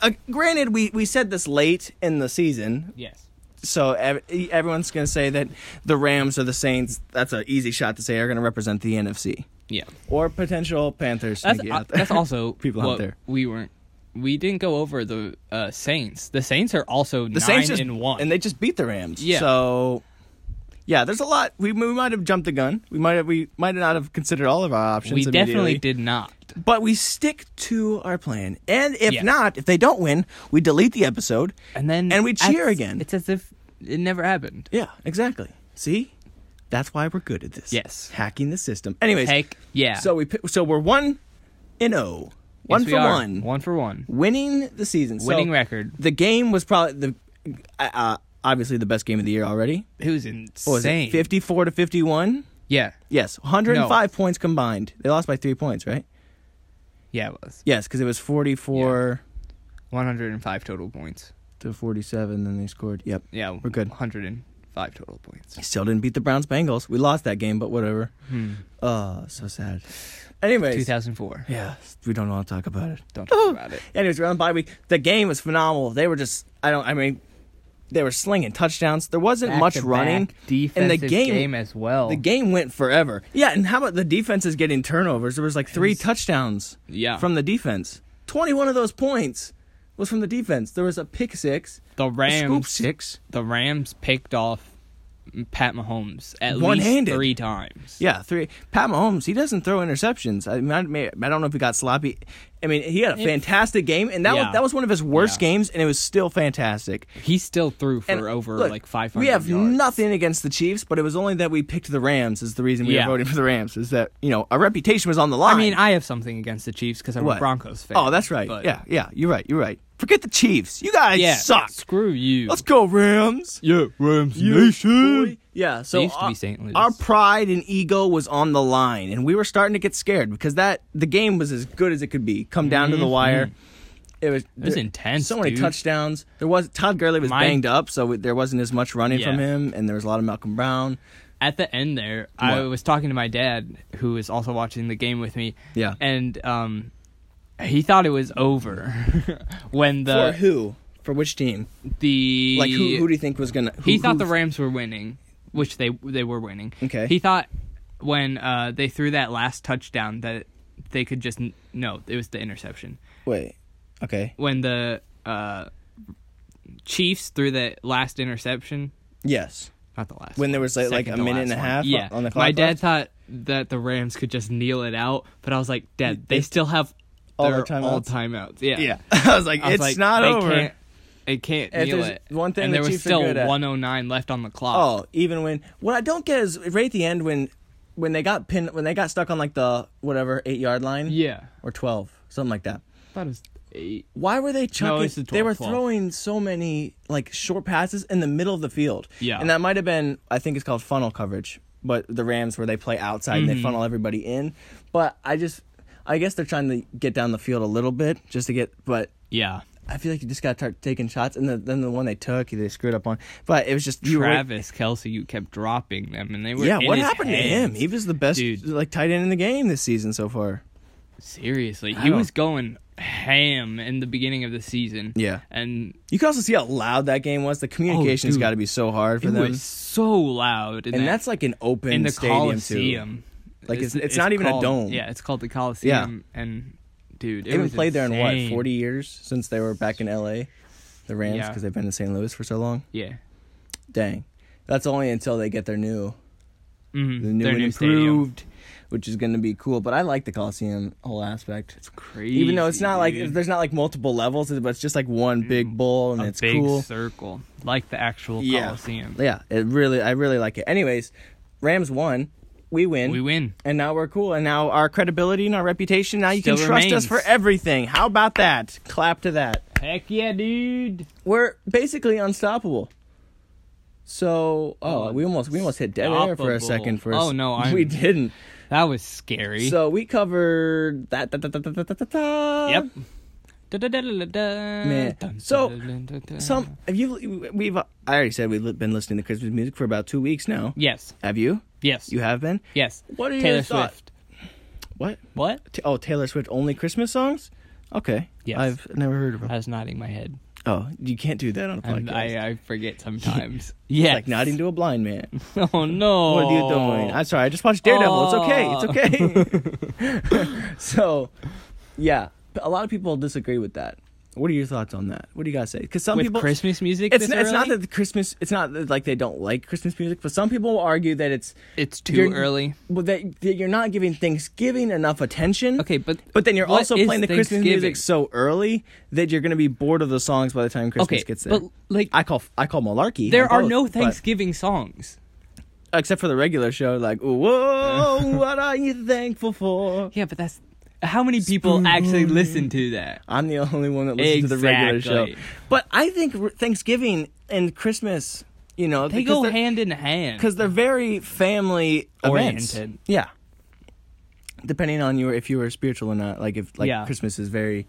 uh, granted, we we said this late in the season,
yes.
so ev- e, everyone's going to say that the Rams or the Saints. That's an easy shot to say are going to represent the NFC
Yeah.
or potential Panthers.
That's
sneaky
uh,
out there.
that's also
People out
what
there.
We weren't we didn't go over the uh, Saints. The Saints are also
the
nine
Saints just,
and one.
and they just beat the Rams.
Yeah.
So. Yeah, there's a lot. We, we might have jumped the gun. We might have, we might not have considered all of our options.
we definitely
immediately.
did not.
But we stick to our plan. And if
Yeah.
not, if they don't win, we delete the episode.
And then
And we cheer
as-
again.
It's as if it never happened.
Yeah, exactly. See? That's why we're good at this.
Yes.
Hacking the system. Anyways,
Heck yeah.
so we pi- so we're 1 and 0.
Yes,
1
we
for
are.
1.
One for one.
Winning the season. So
Winning record.
The game was probably the uh, uh, obviously the best game of the year already.
It was
What was
insane.
it? 54 to 51?
Yeah.
Yes, 105 points combined. They lost by 3 points, right?
Yeah, it was.
Yes, cuz it was 44
One hundred and five total points.
to 47 then they scored. Yep.
Yeah.
We're good.
One hundred and five total points.
Still didn't beat the Browns Bengals. We lost that game, but whatever. Uh, so sad.
Hmm. Two
Anyways,
thousand four.
yeah, we don't want to talk about it.
Don't talk about it.
Anyways, we're on bye week. The game was phenomenal. They were just, I don't, I mean, they were slinging touchdowns. There wasn't
Back
much
to
running.
back defensive
game-
as well.
The game went forever. Yeah, and how about the defenses getting turnovers? There was like three touchdowns
yeah.
from the defense. Twenty-one of those points was from the defense. There was a pick six,
the
a scoop
Rams,
six.
the Rams picked off Pat Mahomes at
One-handed.
least three times.
Yeah, three. Pat Mahomes, he doesn't throw interceptions. I mean, I, may- I don't know if he got sloppy. I mean, he had a fantastic game, and that was
Yeah.
that was one of his worst
Yeah.
games, and it was still fantastic.
He still threw for
And
over
look,
like 500
We have
yards.
nothing against the Chiefs, but it was only that we picked the Rams is the reason we
Yeah.
were voting for the Rams. Is that you know our reputation was on the line.
I mean, I have something against the Chiefs because I'm
What?
a Broncos fan.
oh, that's right.
but-
yeah, yeah, you're right. You're right. Forget the Chiefs. You guys
Yeah.
suck.
Screw you.
Let's go Rams.
yeah, Rams
Boy. Yeah, so
They used to
our,
be St. Louis.
our pride and ego was on the line, and we were starting to get scared because that the game was as good as it could be. Come down to the wire. It was,
Mm-hmm. was
there-
intense,
So many
dude.
touchdowns. There was Todd Gurley was
My-
banged up, so there wasn't as much running from
Yeah.
him, and there was a lot of Malcolm Brown.
At the end there, I
What?
was talking to my dad, who was also watching the game with me.
Yeah.
And um, he thought it was over when
For
the
who? For which team?
the
Like who? Who do you think was gonna? Who,
he thought
who-
the Rams were winning, which they they were winning.
Okay.
He thought when uh, they threw that last touchdown that they could just no, it was the interception.
wait. Okay.
When the uh, Chiefs threw that last interception,
Yes.
not the last.
When there was like, like
second
a
to
minute and a
last one.
half.
yeah.
On the clock
my dad
left?
thought that the Rams could just kneel it out, but I was like, Dad, they still have
All
their
their
all
timeouts?
timeouts. Yeah,
Yeah, I was like,
I was
it's
like,
not
they
over.
Can't, they can't
If
kneel
there's
it.
one thing
and there
the
was
Chiefs are
still
good at-
109 left on the clock.
Oh, even when what I don't get is right at the end when when they got pin when they got stuck on like the whatever eight yard line
yeah,
or twelve something like that.
I thought it was eight.
Why were they chucking?
it's the
they
12,
were
12.
throwing so many like short passes in the middle of the field.
Yeah.
and that might have been I think it's called funnel coverage, but the Rams where they play outside
Mm-hmm.
and they funnel everybody in. But I just I guess they're trying to get down the field a little bit just to get, but
Yeah,
I feel like you just got to start taking shots, and the, then the one they took, they screwed up on. But it was just you were-
Travis Kelsey, you kept dropping them, and they were
yeah,
in
what
his
happened to him?
hands.
He was the best
Dude.
like tight end in the game this season so far.
Seriously,
I
he
don't-
was going ham in the beginning of the season.
Yeah.
and
You can also see how loud that game was. The communication's
Oh, dude.
got to be so hard for
it
them,
was so loud, in
and
that-
that's like an open
in the
stadium too.
Coliseum.
Like, it's- it's not even a
called-
dome.
Yeah, it's called the Coliseum, and dude, it
They haven't
was
played there in what
insane.
forty years since they were back in L.A. The Rams
Yeah.
because they've been in St. Louis for so long.
Yeah,
Dang, that's only until they get their new
Mhm,
the new
their
and
new stadium.
improved, which is going to be cool. But I like the Coliseum whole aspect.
It's crazy,
Even though it's not like
dude.
there's not like multiple levels, but it's just like one big bowl and
a
it's
big
cool.
circle, like the actual
Yeah.
Coliseum.
Yeah, it really I really like it. Anyways, Rams won, we win.
We win.
And now we're cool. And now our credibility and our reputation, now you
Still
can trust us
remains.
for everything. How about that? Clap to that.
Heck yeah, dude!
We're basically unstoppable. So, oh, we almost we almost hit dead air for a second for a s-
Oh, no, I'm-
we didn't.
That was scary.
So we covered that. Da, da, da, da, da, da, da, da.
yep. Man.
So, Some have you? We've. I already said we've li- been listening to Christmas music for about two weeks now.
yes,
Have you?
yes,
You have been.
yes.
What are
Taylor
your thoughts?
Swift.
What?
What?
T- oh, Taylor Swift only Christmas songs. Okay.
Yes.
I've never heard of them.
I was nodding my head.
oh, you can't do that on a
And
podcast.
I, I forget sometimes. yes.
like nodding to a blind man.
Oh no!
What are you
Oh.
doing? I'm sorry. I just watched Daredevil. It's okay. It's okay.
Oh.
so, yeah, a lot of people disagree with that. What are your thoughts on that? What do you guys say? Because some
With
people
Christmas music,
it's,
this
it's not
early?
that the Christmas. It's not that, like they don't like Christmas music, but some people will argue that it's
it's too
you're-
early.
well, that, that you're not giving Thanksgiving enough attention.
Okay, but
But then you're
what
also
is
playing the Christmas
Thanksgiving?
music so early that you're going to be bored of the songs by the time Christmas
Okay,
gets there.
but like
I call I call malarkey. on
there are
both,
no
but-
Thanksgiving songs.
except for the regular show. Like, whoa, what are you thankful for?
Yeah, but that's how many people actually listen to that.
I'm the only one that listens to the regular show.
Exactly.
But I think re- Thanksgiving and Christmas, you know,
They
because
go
they're-
hand in hand.
because they're very family events.
Oriented.
Yeah. Depending on your if you were spiritual or not, like if like
Yeah.
Christmas is very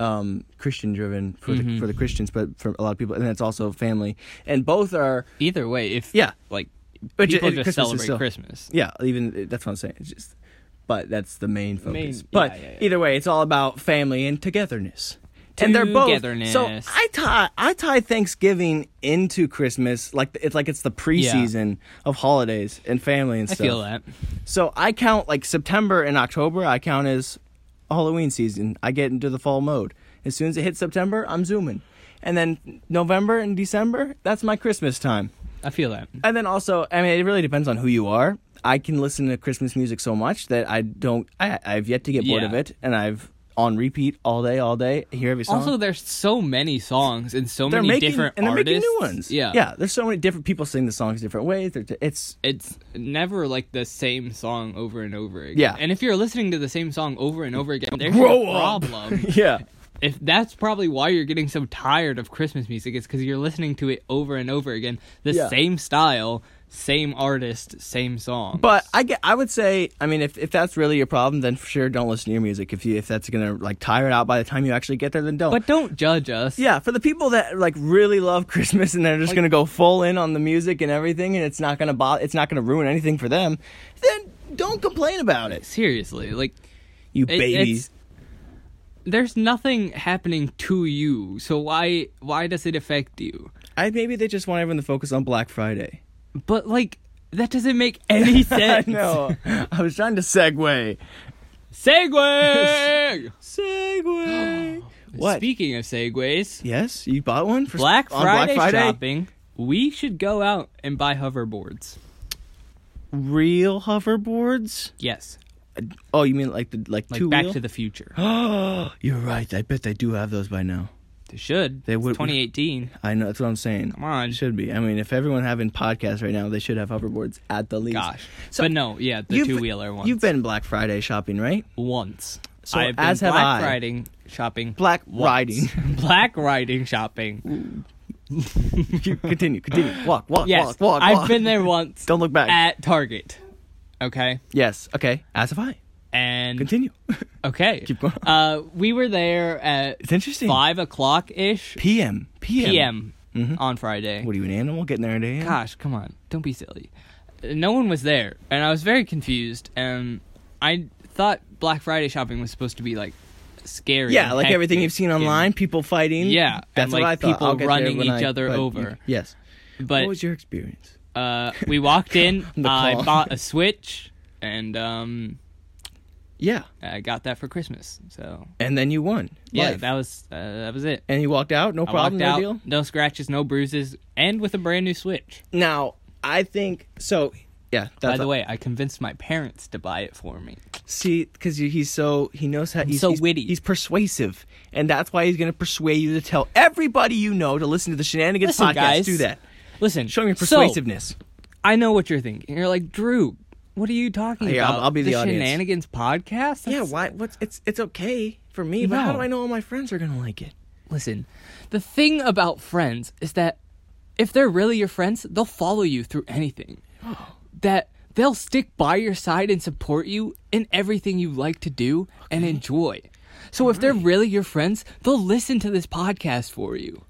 um Christian driven for the
Mhm.
for the Christians, but for a lot of people, and it's also family, and both are
either way, if
yeah
like
But ju-
people
it-
just
Christmas is
celebrate
still-
Christmas.
yeah even eh, that's what I'm saying. It's just, but that's the main focus.
Main- yeah,
but
yeah, yeah.
either way, it's all about family and togetherness. And they're both so.
Togetherness.
I tie I tie Thanksgiving into Christmas like it's like it's the preseason of holidays and family and
I
stuff.
feel that.
So I count like September and October. I count as Halloween season. I get into the fall mode. As soon as it hits September, I'm zooming. And then November and December, that's my Christmas time.
I feel that.
And then also, I mean, it really depends on who you are. I can listen to Christmas music so much that I don't. I, I've yet to get bored
Yeah.
of it, and I've on repeat all day, all day. I hear every song.
Also, there's so many songs and so
they're
many
making
different
and they're
artists.
making new ones.
Yeah,
yeah. There's so many different people sing the songs different ways. They're, it's
It's never like the same song over and over again.
Yeah.
and if you're listening to the same song over and over again, there's
Grow
a
up.
problem.
yeah.
if that's probably why you're getting so tired of Christmas music, it's because you're listening to it over and over again, the
Yeah.
same style, same artist, same song.
But I get, I would say, I mean, if, if that's really your problem, then for sure don't listen to your music. If you if that's gonna like tire it out by the time you actually get there, then don't.
but don't judge us.
yeah, for the people that like really love Christmas and they're just gonna go full in on the music and everything, and it's not gonna bo- it's not gonna ruin anything for them, then don't complain about it,
seriously, like
you
it-
babies.
it's- There's nothing happening to you, so why why does it affect you?
I maybe they just want everyone to focus on Black Friday.
But like that doesn't make any sense.
I know. I was trying to segue.
Segway.
Segue. what?
Speaking of segways,
yes, you bought one for
Black
on
Friday,
Black Friday.
shopping. We should go out and buy hoverboards.
real hoverboards?
Yes,
Oh, you mean like the like,
like
two
Back
wheel?
to the Future.
Oh, you're right. I bet they do have those by now.
They should.
They
It's
would-
2018.
I know that's what I'm saying.
Come on.
It should be. I mean, if everyone having podcasts right now, they should have hoverboards at the least.
Gosh.
So-
but no, yeah, the
You've-
two wheeler ones.
You've been Black Friday shopping, right?
once.
So
I've
as
been
have
black
I.
riding shopping.
Black
once.
riding.
black riding shopping.
You- continue, continue. Walk, walk,
Yes,
walk, walk.
I've
walk.
been there once
Don't look back.
at Target. Okay,
yes. Okay. As have I.
and
Continue.
okay,
Keep going.
Uh, we were there at
It's interesting.
five o'clock ish
PM. PM.
p.m.
Mm-hmm.
on Friday.
What are you, an animal getting there at 8 a.m.?
Gosh, come on, don't be silly. No one was there, and I was very confused. And I thought Black Friday shopping was supposed to be like scary.
Yeah,
and
like everything
hectic
you've seen
and-
online, people fighting.
Yeah,
That's
and,
what
like,
I thought.
people
I'll get there
running
when I-
each other
but-
over.
Yes.
But
what was your experience?
uh, we walked in.
The
I
call.
bought a Switch, and um,
Yeah.
I got that for Christmas. So
And then you won.
yeah,
Life.
that was uh, that was it.
and you walked out, no
I
problem,
walked
no
out,
deal.
no scratches, no bruises, and with a brand new Switch.
Now, I think so. Yeah. That's
By the
a-
way, I convinced my parents to buy it for me.
See, because he's so he knows how he's
so
he's-
witty.
He's persuasive, and that's why he's going to persuade you to tell everybody you know to listen to the Shenanigans
Listen,
podcast.
guys.
Do that.
Listen,
Show me your
so,
persuasiveness.
I know what you're thinking. You're like, Drew, what are you talking
Here, I'll-
about?
I'll be the audience.
Shenanigans podcast?
yeah.
That's-
Why? What's it's it's okay for me, but how
No.
do I know all my friends are going to like it?
Listen, the thing about friends is that if they're really your friends, they'll follow you through anything. that they'll stick by your side and support you in everything you like to do and enjoy. So if they're really your friends, they'll listen to this podcast for you.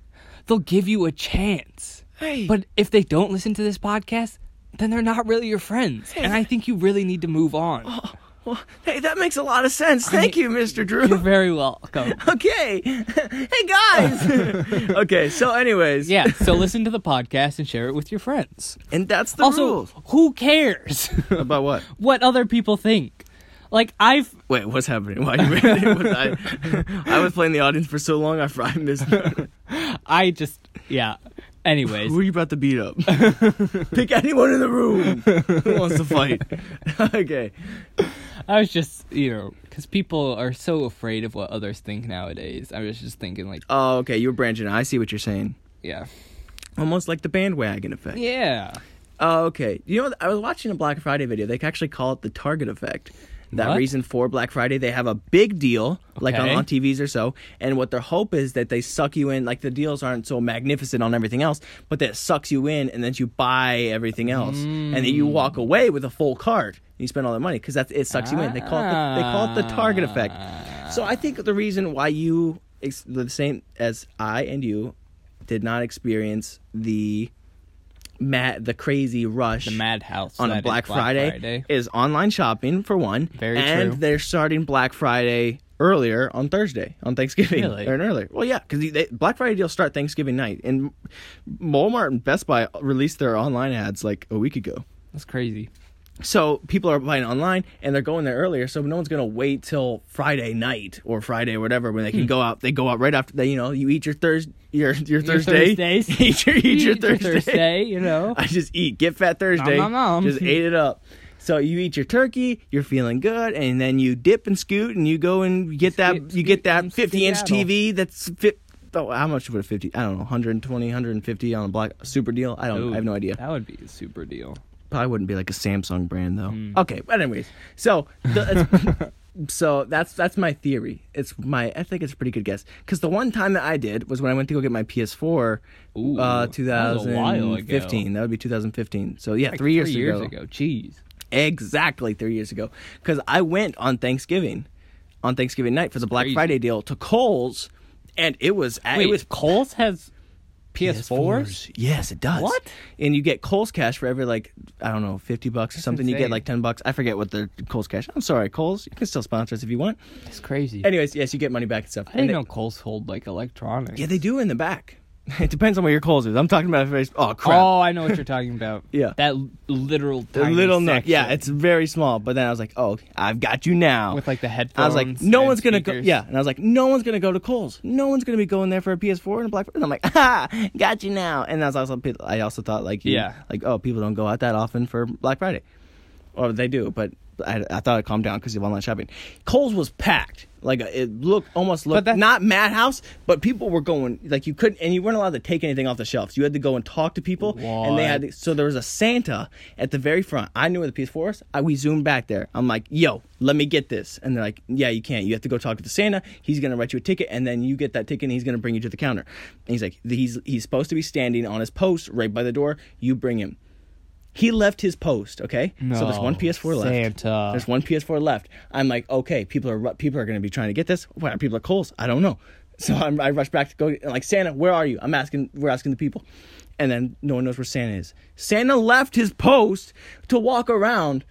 They'll give you a chance.
Hey.
But if they don't listen to this podcast, then they're not really your friends. And I think you really need to move on.
Oh, Well, hey, that makes a lot of sense. Thank you, Mr.
You're
Drew.
very welcome.
Okay. hey guys. okay. So, anyways,
Yeah, so listen to the podcast and share it with your friends.
and that's the
Also,
rules
who cares
about what.
what other people think? Like I've
Wait, what's happening? Why are you reading? Was I, I was playing the audience for so long, I, I missed.
I just yeah. Anyways,
Who are you about to beat up? Pick anyone in the room who wants to fight. okay.
I was just you know because people are so afraid of what others think nowadays. I was just thinking like
Oh, okay. You're branching. out. I see what you're saying.
yeah,
Almost like the bandwagon effect.
yeah.
Oh, okay. You know, I was watching a Black Friday video. They actually call it the Target effect. That
What?
reason for Black Friday, they have a big deal, like on,
Okay.
on TVs or so. And what their hope is that they suck you in. Like the deals aren't so magnificent on everything else, but that sucks you in, and then you buy everything else, and then you
Mm.
walk away with a full cart. And you spend all that money because that's it sucks you in. They call it the, they call it the Target effect. So I think the reason why you ex- the same as I and you did not experience the mad the crazy rush
Madhouse
on
that
a
is
Black, Friday, is online shopping for one.
Very
and
true.
they're starting Black Friday earlier on Thursday on Thanksgiving
Really?
or earlier. Well, yeah, because Black Friday deals start Thanksgiving night, and Walmart and Best Buy released their online ads like a week ago.
That's crazy.
So people are buying online and they're going there earlier, so no one's gonna wait till Friday night or Friday or whatever when they can go out. They go out right after they, you know, you eat your Thursday, your Hmm. your Thursday,
Thursdays.
eat your eat, your Thursday.
you know.
I just eat. Get fat Thursday.
Nom, nom, nom.
Just ate it up. So you eat your turkey, you're feeling good, and then you dip and scoot, and you go and get that
Scoot,
you get
scoot
that
in
50 inch
Seattle.
TV that's fit. Oh, how much would a 50? I don't know, 120, 150 on a black super deal. I don't. I have no idea.
That would be a super deal.
Probably wouldn't be like a Samsung brand though.
Hmm.
Okay, but anyways, so the, it's, so that's that's my theory. It's my I think it's a pretty good guess because the one time that I did was when I went to go get my PS4,
Ooh,
uh,
that was a while ago.
2015. That would be 2015. So yeah, three years, ago.
Jeez.
Exactly three years ago. Because I went on Thanksgiving, on Thanksgiving night for the Black
crazy.
Friday deal to Kohl's, and it was
Wait,
it was
Coles has PS4s.
Yes, it does.
What?
And you get Kohl's Cash for every like I don't know fifty bucks or something. You get
insane.
like ten bucks. I forget what the Kohl's Cash. I'm sorry, Kohl's. You can still sponsor us if you want.
It's crazy.
Anyways, yes, you get money back and stuff.
I didn't
And they-
know Coles hold like electronics. Oh,
Yeah, they do in the back. It depends on where your Kohl's is. I'm talking about. If it's- oh crap.
Oh, I know what you're talking about.
Yeah.
that l- literal
The
tiny
little nook.
section
Yeah, it's very small. But then I was like, oh, I've got you now.
with like the headphones.
I was like, no
and
one's gonna
speakers.
go. Yeah, and I was like, no one's gonna go to Kohl's. No one's gonna be going there for a PS4 and a Black. And I'm like, ha, got you now. And that's also I also thought like, you-
Yeah.
like oh, people don't go out that often for Black Friday. or they do, but I, I thought it calmed down because of online shopping. Kohl's was packed. Like it looked almost looked
that's-
not madhouse, but people were going like you couldn't and you weren't allowed to take anything off the shelves. You had to go and talk to people, and they had so there was a Santa at the very front. I knew where the piece was. I we zoomed back there. I'm like, yo, let me get this, and they're like, yeah, you can't. You have to go talk to the Santa. He's gonna write you a ticket, and then you get that ticket, and he's gonna bring you to the counter. And he's like, he's he's supposed to be standing on his post right by the door. You bring him. He left his post, okay? so there's one
No,
PS4 left.
Santa.
There's one PS4 left. I'm like, okay, people are ru- people are going to be trying to get this. Why are people at Kohl's? I don't know. So I'm, I rush back to go. and like Santa, where are you? I'm asking. We're asking the people, and then no one knows where Santa is. Santa left his post to walk around,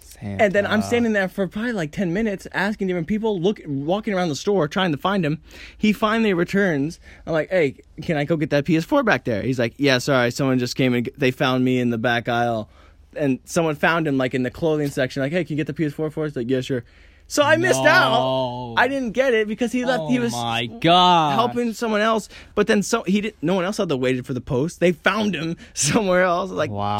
Santa.
and then I'm standing there for probably like ten minutes asking different people, look, walking around the store trying to find him. He finally returns. I'm like, hey, can I go get that PS4 back there? He's like, yeah, sorry, someone just came and g- they found me in the back aisle, and someone found him like in the clothing section. Like, hey, can you get the PS4 for us? Like, yeah, sure. So I missed out.
No.
I didn't get it because he left.
oh
he was
my god.
helping someone else, but then so he didn't. No one else had to waited for the post. They found him somewhere else. Like,
Wow.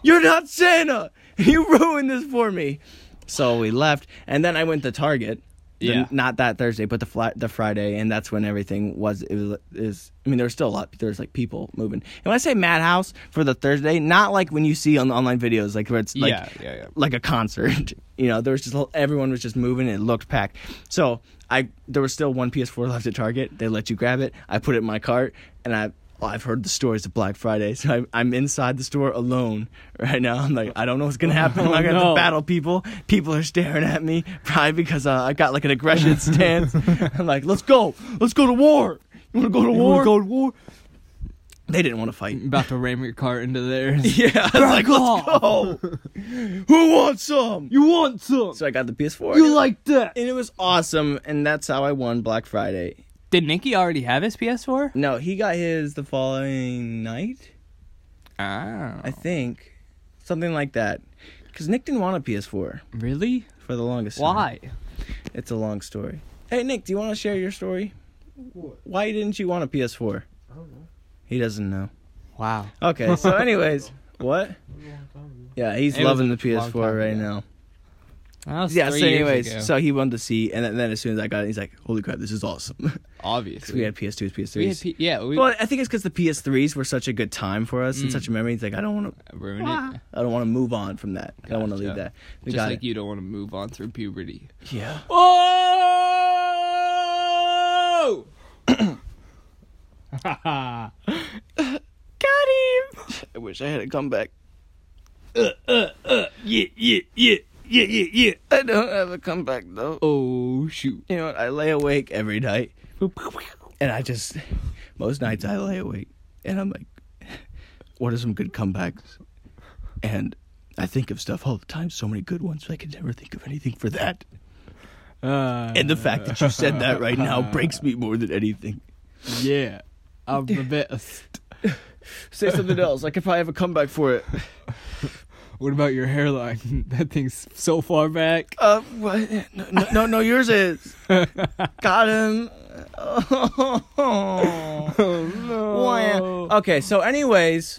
dude. You're not Santa. You ruined this for me. So we left, and then I went to Target. The-
Yeah.
not that Thursday, but the fla- the Friday, and that's when everything was it was is. I mean, there was still a lot. There's like people moving. And when I say madhouse for the Thursday, not like when you see on the online videos, like where it's like
Yeah, yeah, yeah.
like a concert. you know, there was just everyone was just moving. And it looked packed. So I there was still one PS4 left at Target. They let you grab it. I put it in my cart, and I. I've heard the stories of Black Friday, so I'm, I'm inside the store alone right now. I'm like, I don't know what's gonna happen. I'm gonna have to
Oh, no.
battle people. People are staring at me, probably because uh, I got like an aggression stance. I'm like, let's go, let's go to war. You wanna go to war?
Gold War.
they didn't want to fight.
About to ram your car into theirs.
Yeah, I was like, let's
off.
go. Who wants some?
you want some?
So I got the PS4.
You like that?
and it was awesome, and that's how I won Black Friday.
Did Nikki already have his PS4?
No, he got his the following night,
Ah,
I think, something like that. Because Nick didn't want a PS4
really?
for the longest time.
Why?
It's a long story. Hey, Nick, do you want to share your story? Why didn't you want a PS4?
I don't know.
He doesn't know.
Wow.
Okay, so, anyways, what? Yeah, he's
It was
loving
a
the
long
PS4
time
right
ago.
now.
That was
Yeah,
three
so,
years
anyways,
ago.
so he wanted to see, and then, then as soon as I got it, he's like, holy crap, this is awesome. 'Cause
obviously
we had PS2s, PS3s.
We had P- yeah, we
Well, I think it's because the PS3s were such a good time for us and
Mm.
such a memory. It's like I don't want to,
ruined it.
I don't want to move on from that. I don't want to leave
Gotcha.
that. We
Just
got
like
it.
you don't want to move on through puberty.
Yeah.
Oh! Got him!
I wish I had a comeback. Uh,
Yeah, yeah, yeah, yeah, yeah, yeah.
I don't have a comeback though.
Oh, shoot.
You know what? I lay awake every night, and I just most nights I lay awake, and I'm like, what are some good comebacks? And I think of stuff all the time. So many good ones, but I could never think of anything for that.
Uh,
And the fact that you said that right now breaks me more than anything.
yeah, I'm the best.
Say something else. I could probably have a comeback for it.
What about your hairline? That thing's so far back.
Uh, what? No, no, no, no, yours is. Got him.
Oh no!
Wah. okay, so, anyways,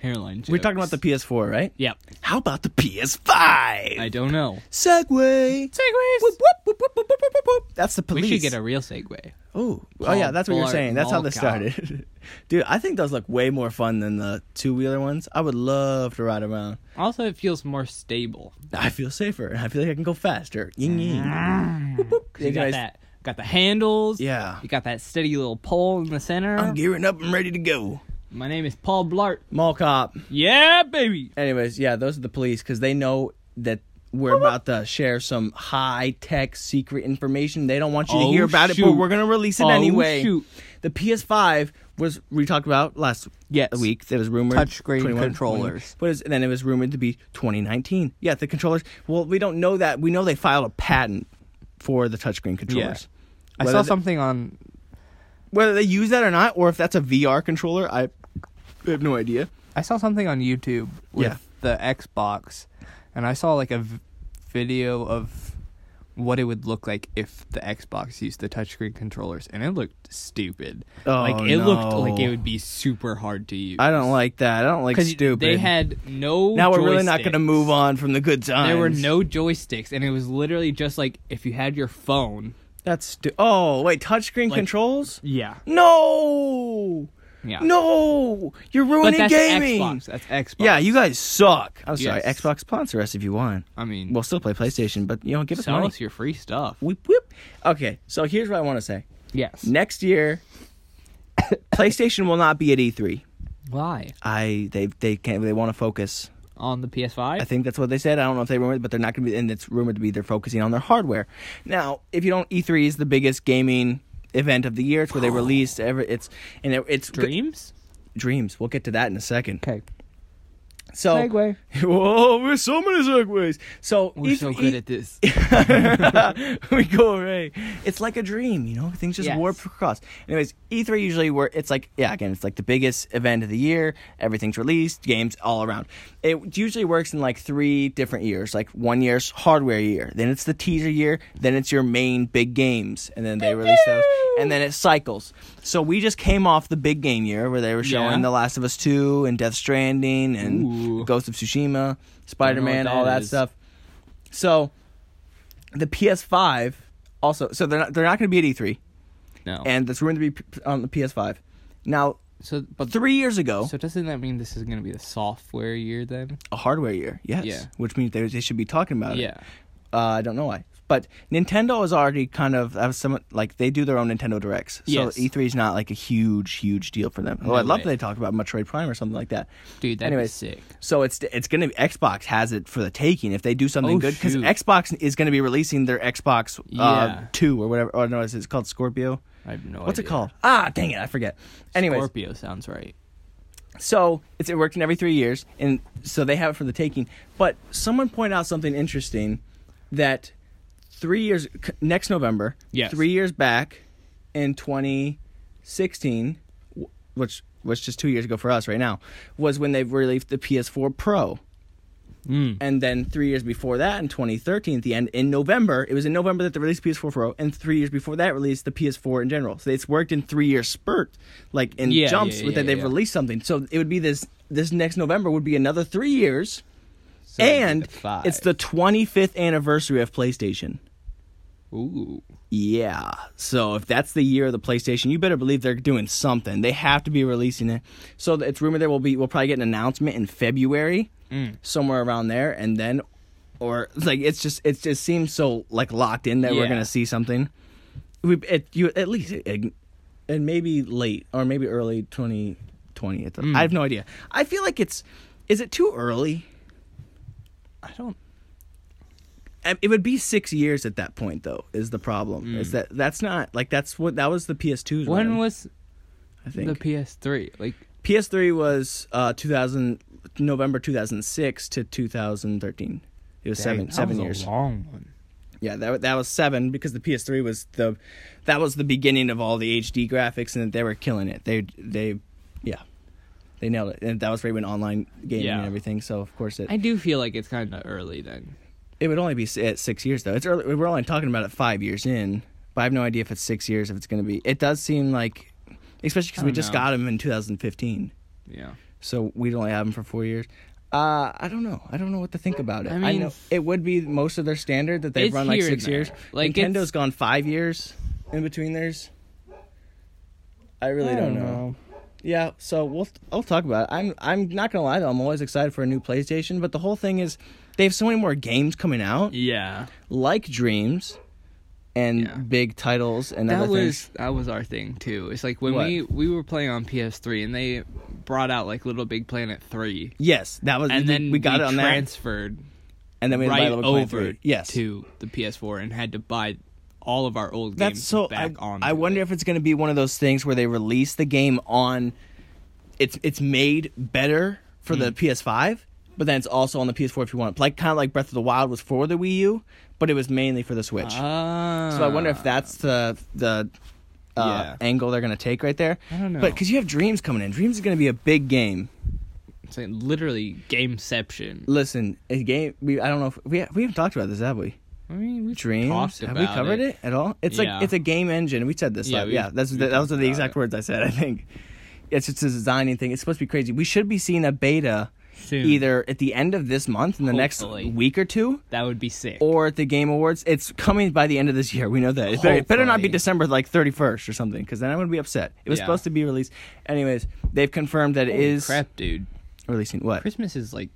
Hairline.
Uh, we're talking about the PS4, right?
Yep.
How about the PS5?
I don't know.
Segway.
Segways.
Whoop, whoop, whoop, whoop, whoop, whoop, whoop, whoop. That's the police.
We should get a real segue.
Oh, oh yeah, that's what you're
Paul
saying. That's how this
Volcker.
started, dude. I think those look way more fun than the two wheeler ones. I would love to ride around.
Also, it feels more stable.
I feel safer. I feel like I can go faster. Ying ying. Boop, boop.
'Cause Mm. You
Yeah,
got
guys.
that. Got the handles.
Yeah.
You got that steady little pole in the center.
I'm gearing up. I'm ready to go.
My name is Paul Blart.
Mall cop.
Yeah, baby.
Anyways, yeah, those are the police because they know that we're about to share some high tech secret information. They don't want you to
Oh,
hear about it, but
shoot.
we're gonna release it
Oh,
anyway.
shoot.
The PS5 was we talked about last
Yes.
week. It was rumored
Touchscreen
21,
controllers.
20, but it's- and then it was rumored to be 2019. Yeah, the controllers. Well, we don't know that. We know they filed a patent for the touchscreen controllers.
I
Whether
saw
they-
something on.
Whether they use that or not, or if that's a VR controller, I have no idea.
I saw something on YouTube with
Yeah.
the Xbox, and I saw like a v- video of what it would look like if the Xbox used the touchscreen controllers, and it looked stupid.
Oh,
like it looked like
no.
it would be super hard to use.
I don't like that. I don't like stupid.
they had no.
now we're really not going to
joysticks.
move on from the good times.
There were no joysticks, and it was literally just like if you had your phone.
That's stu- oh wait, touchscreen
Like-
controls?
Yeah.
No,
Yeah.
no, you're
But
ruining
that's
gaming.
Xbox. That's Xbox.
Yeah, you guys suck. I'm sorry.
Yes.
Xbox sponsor us if you want.
I mean,
We'll still play PlayStation, but you know, give us
sell
money.
us your free stuff.
Whip, whip. Okay, so here's what I want to say.
Yes.
Next year, PlayStation will not be at E E3.
Why
I they they can't they want to focus.
on the PS5?
I think that's what they said. I don't know if they rumored, but they're not going to be. And it's rumored to be they're focusing on their hardware. Now, if you don't, E3 is the biggest gaming event of the year. It's where they release every. It's and it, it's
Dreams.
dreams. We'll get to that in a second.
Okay.
So Whoa, we're so many segues. So
We're
E-
so
E-
good at this.
we go right. It's like a dream, you know. Things just
Yes.
warp across. Anyways, E3 usually where it's like yeah, again, it's like the biggest event of the year. Everything's released, games all around. It usually works in like three different years. Like one year's hardware year, then it's the teaser year, then it's your main big games, and then they release those, and then it cycles. So we just came off the big game year where they were showing
Yeah.
The Last of Us Two and Death Stranding and
Ooh.
Ghost of Tsushima, Spider Man,
that
all that
is.
stuff. So the PS5 also so they're not they're not going to be at E3
No.
and that's rumored to be p- on the PS5. Now,
so, but
three years ago,
So doesn't that mean this is going to be the software year then?
a hardware year, yes,
Yeah.
which means they, they should be talking about it.
Yeah.
Uh, I don't know why, but Nintendo is already kind of I was somewhat like they do their own Nintendo directs, so
Yes.
E3 is not like a huge huge deal for them. Oh,
No
I'd love
way.
if they talked about Metroid Prime or something like that.
Dude, that'd
Anyways.
be sick.
So it's it's gonna be Xbox has it for the taking if they do something
Oh,
good because
shoot.
Xbox is gonna be releasing their Xbox uh,
Yeah. Oh,
Two or whatever. Oh no, it's it's called Scorpio.
I have no
What's it
idea.
called? Ah, dang it, I forget. Anyways,
Scorpio sounds right.
so it's it worked in every three years, and so they have it for the taking. But someone pointed out something interesting that three years c- next November,
Yes.
three years back in 2016, w- which was just two years ago for us right now, was when they released the PS4 Pro.
Mm.
And then three years before that, in 2013, at the end in November, it was in November that they released PS4 Pro, and three years before that, released the PS4 in general. So it's worked in three year spurt, like in
Yeah,
jumps,
yeah,
with that
yeah,
they've
yeah.
released something. So it would be this this next November would be another three years,
So it'd be
and
five.
it's the 25th anniversary of PlayStation.
Ooh.
Yeah. So if that's the year of the PlayStation, you better believe they're doing something. They have to be releasing it. So it's rumored there will be we'll probably get an announcement in February, somewhere around there, and then, or like it's just it just seems so like locked in that we're
Yeah.
gonna see something. We it, you at least it, and maybe late or maybe early twenty twenty. I have no idea. I feel like it's is it too early?
I don't.
I- it would be six years at that point though is the problem is that that's not like that's what that was the ps2's
Mm. When
run,
was
i
the
think
PS3? Like,
ps3 was uh 2000 november 2006 to 2013 it was seven seven years
long one.
yeah that, wa- that was seven because the ps3 was the that was the beginning of all the hd graphics and they were killing it they they yeah they nailed it and that was right when online gaming
Yeah.
and everything so of course it
I do feel like it's kind of early then.
It would only be s- at six years though. It's early. We're only talking about it five years in, but I have no idea if it's six years. If it's going to be, it does seem like, especially because
I
we
don't
just
know.
got him in 2015,
Yeah.
so we'd only have him for four years. Uh, I don't know. I don't know what to think about it.
I
I,
mean-
know it would be most of their standard that they've
It's
run like
here and
six years.
there. Like,
Nintendo's
it's-
gone five years in between theirs. I really don't, know. Yeah, so we'll I'll talk about it. I'm I'm not gonna lie though. I'm always excited for a new PlayStation, but the whole thing is they have so many more games coming out
Yeah.
like dreams and
Yeah.
big titles and
That
other
was
things.
that was our thing too. It's like when
What?
we we were playing on PS3 and they brought out like Little Big Planet 3
Yes, that was.
and
we-
then
we got it on that,
transferred
and then we had
right
Vital Big Planet
over
three. Yes,
to the PS4 and had to buy all of our old
that's
games
so. I,
back on.
I wonder if it's going to be one of those things where they release the game on. It's it's made better for
Hmm.
the PS5, but then it's also on the PS4 if you want. it. Like kind of like Breath of the Wild was for the Wii U, but it was mainly for the Switch.
Ah.
So I wonder if that's the the uh,
Yeah.
angle they're going to take right there.
I don't know.
But because you have Dreams coming in, Dreams is going to be a big game.
It's like literally gameception.
Listen, a game. We I don't know if we we haven't talked about this, have we?
I mean, we
Dreams.
talked
Have
about
we covered it, at all? It's
Yeah.
like it's a game engine. We said this.
Yeah,
Yeah,
we-
yeah. That's
we
the,
talked
those are the
about
exact
it.
words I said. I think it's just a designing thing. It's supposed to be crazy. We should be seeing a beta
Soon.
either at the end of this month in the
Hopefully.
next week or two,
That would be sick.
or at the Game Awards. It's coming by the end of this year. We know that. It better, it better not be
Hopefully.
December like 31st or something, because then I'm gonna be upset. It was
Yeah.
supposed to be released. Anyways, they've confirmed that it
Holy
is
crap, dude.
releasing what?
Christmas is like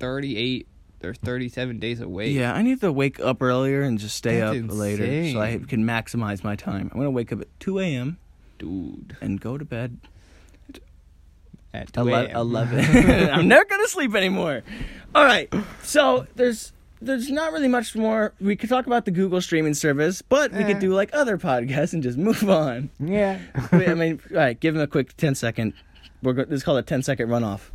38 or 37 days away.
Yeah, I need to wake up earlier and just stay up
That's
later so I
insane.
can maximize my time. I'm gonna wake up at 2 a.m.
Dude.
and go to bed
At 2
Ele-
a.m.
11 i'm never gonna sleep anymore all right so there's there's not really much more we could talk about the google streaming service but we
Eh.
could do like other podcasts and just move on
Yeah.
Wait, i mean all right give him a quick 10 second we're going let's call it 10 second runoff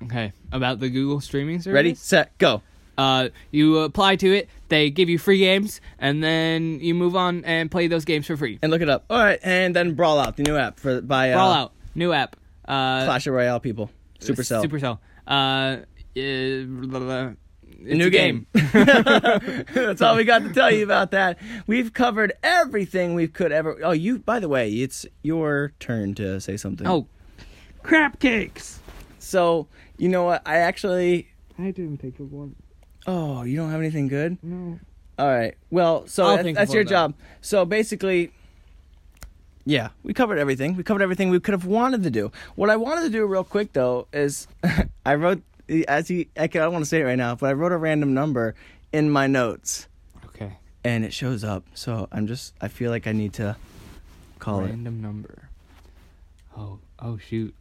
okay. About the Google streaming service.
ready set go
Uh, you apply to it. They give you free games, and then you move on and play those games for free.
and look it up all right and then brawl out the new app for by uh,
Roll out. New app. Uh,
clash of royale people supercell
Supercell. Uh, uh, blah, blah. It's
A new
a
game. That's all we got to tell you about that. We've covered everything we could ever. Oh, you. By the way, it's your turn to say something.
Oh, crap cakes.
so you know what? I actually.
I didn't think of one.
Oh, you don't have anything good.
No.
All right. Well, so
I'll
that's-
think of
that's your
one, though.
job. So basically, yeah, we covered everything. We covered everything we could have wanted to do. What I wanted to do real quick though is, I wrote as he. I don't want to say it right now, but I wrote a random number in my notes.
Okay.
and it shows up. So I'm just I feel like I need to call it.
Random number. Oh, oh shoot.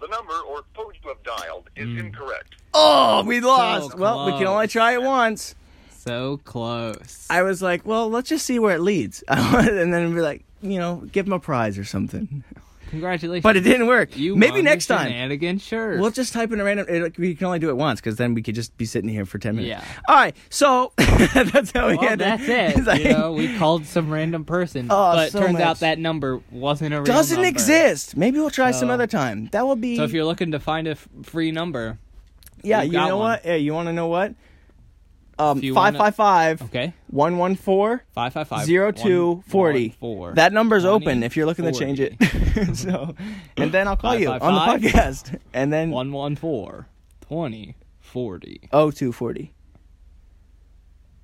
The number or code you have dialed is incorrect.
Oh, we lost.
So
well, we can only
close.
try it once.
So close.
I was like, well, let's just see where it leads. I wanted, and then be like, you know, give him a prize or something.
Congratulations.
But it didn't work.
you
Maybe
won
next
the
time.
Shenanigans shirt.
We'll just type in a random. It, we can only do it once because then we could just be sitting here for ten minutes.
Yeah.
All right. So that's how we
Well,
end
that's it.
It's like-
you know, we called some random person,
Oh,
but it
so
turns
much.
out that number wasn't a real
doesn't
number.
exist. Maybe we'll try some
So-
other time. That will be.
So if you're looking to find a f- free number,
yeah,
you've
you
got
know
one.
what? Yeah, you want to know what? Um,
If you
five
wanna-
five five.
okay,
One one four.
five five five
Zero two forty. That number's
Twenty,
open if you're looking to change it. so, and then I'll call
Five,
you
five,
on
five.
the podcast, and then
one one four twenty forty
oh two forty.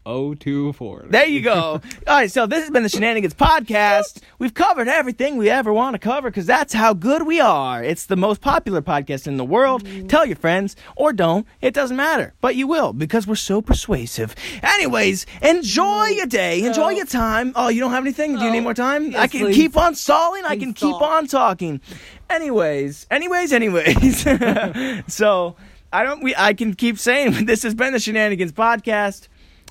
oh two forty.
There you go. All right, so this has been the Shenanigans podcast. We've covered everything we ever want to cover because that's how good we are. It's the most popular podcast in the world. Tell your friends or don't. It doesn't matter, but you will because we're so persuasive. Anyways, enjoy your day. Enjoy your time. Oh, you don't have anything? Do you need more time? I can
please.
keep on stalling. I
Please
can keep
stall.
on talking. Anyways, anyways, anyways. so I don't. We I can keep saying this has been the Shenanigans podcast.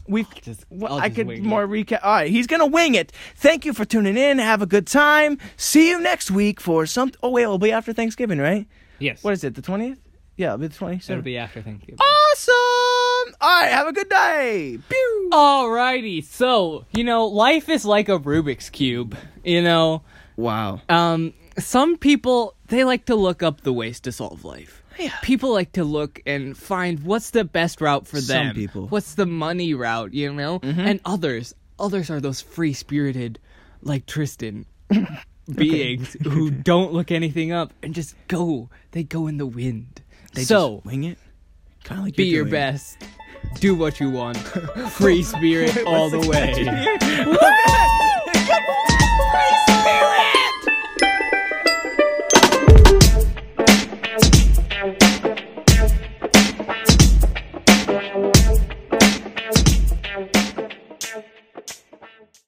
We've
just-
well,
I'll
I
just
could
wing
more recap. All right, he's gonna wing it. Thank you for tuning in. Have a good time. See you next week for some. Oh wait, it'll be after Thanksgiving, right?
Yes.
What is Oh, it? The twentieth? Yeah, it'll be the twentieth.
It'll be after Thanksgiving.
awesome. All right, have a good day. Pew.
Alrighty, so you know, life is like a Rubik's cube. You know,
Wow.
um, some people they like to look up the ways to solve life. People like to look and find what's the best route for
Some
them.
people. Mm-hmm.
What's the money route, you know? And others, others are those free spirited, like Tristan, beings who don't look anything up and just go. They go in the wind.
They
so
just wing it. Kind of like
be
you're
your
doing.
best. Do what you want. Free spirit all the way.
Look at that.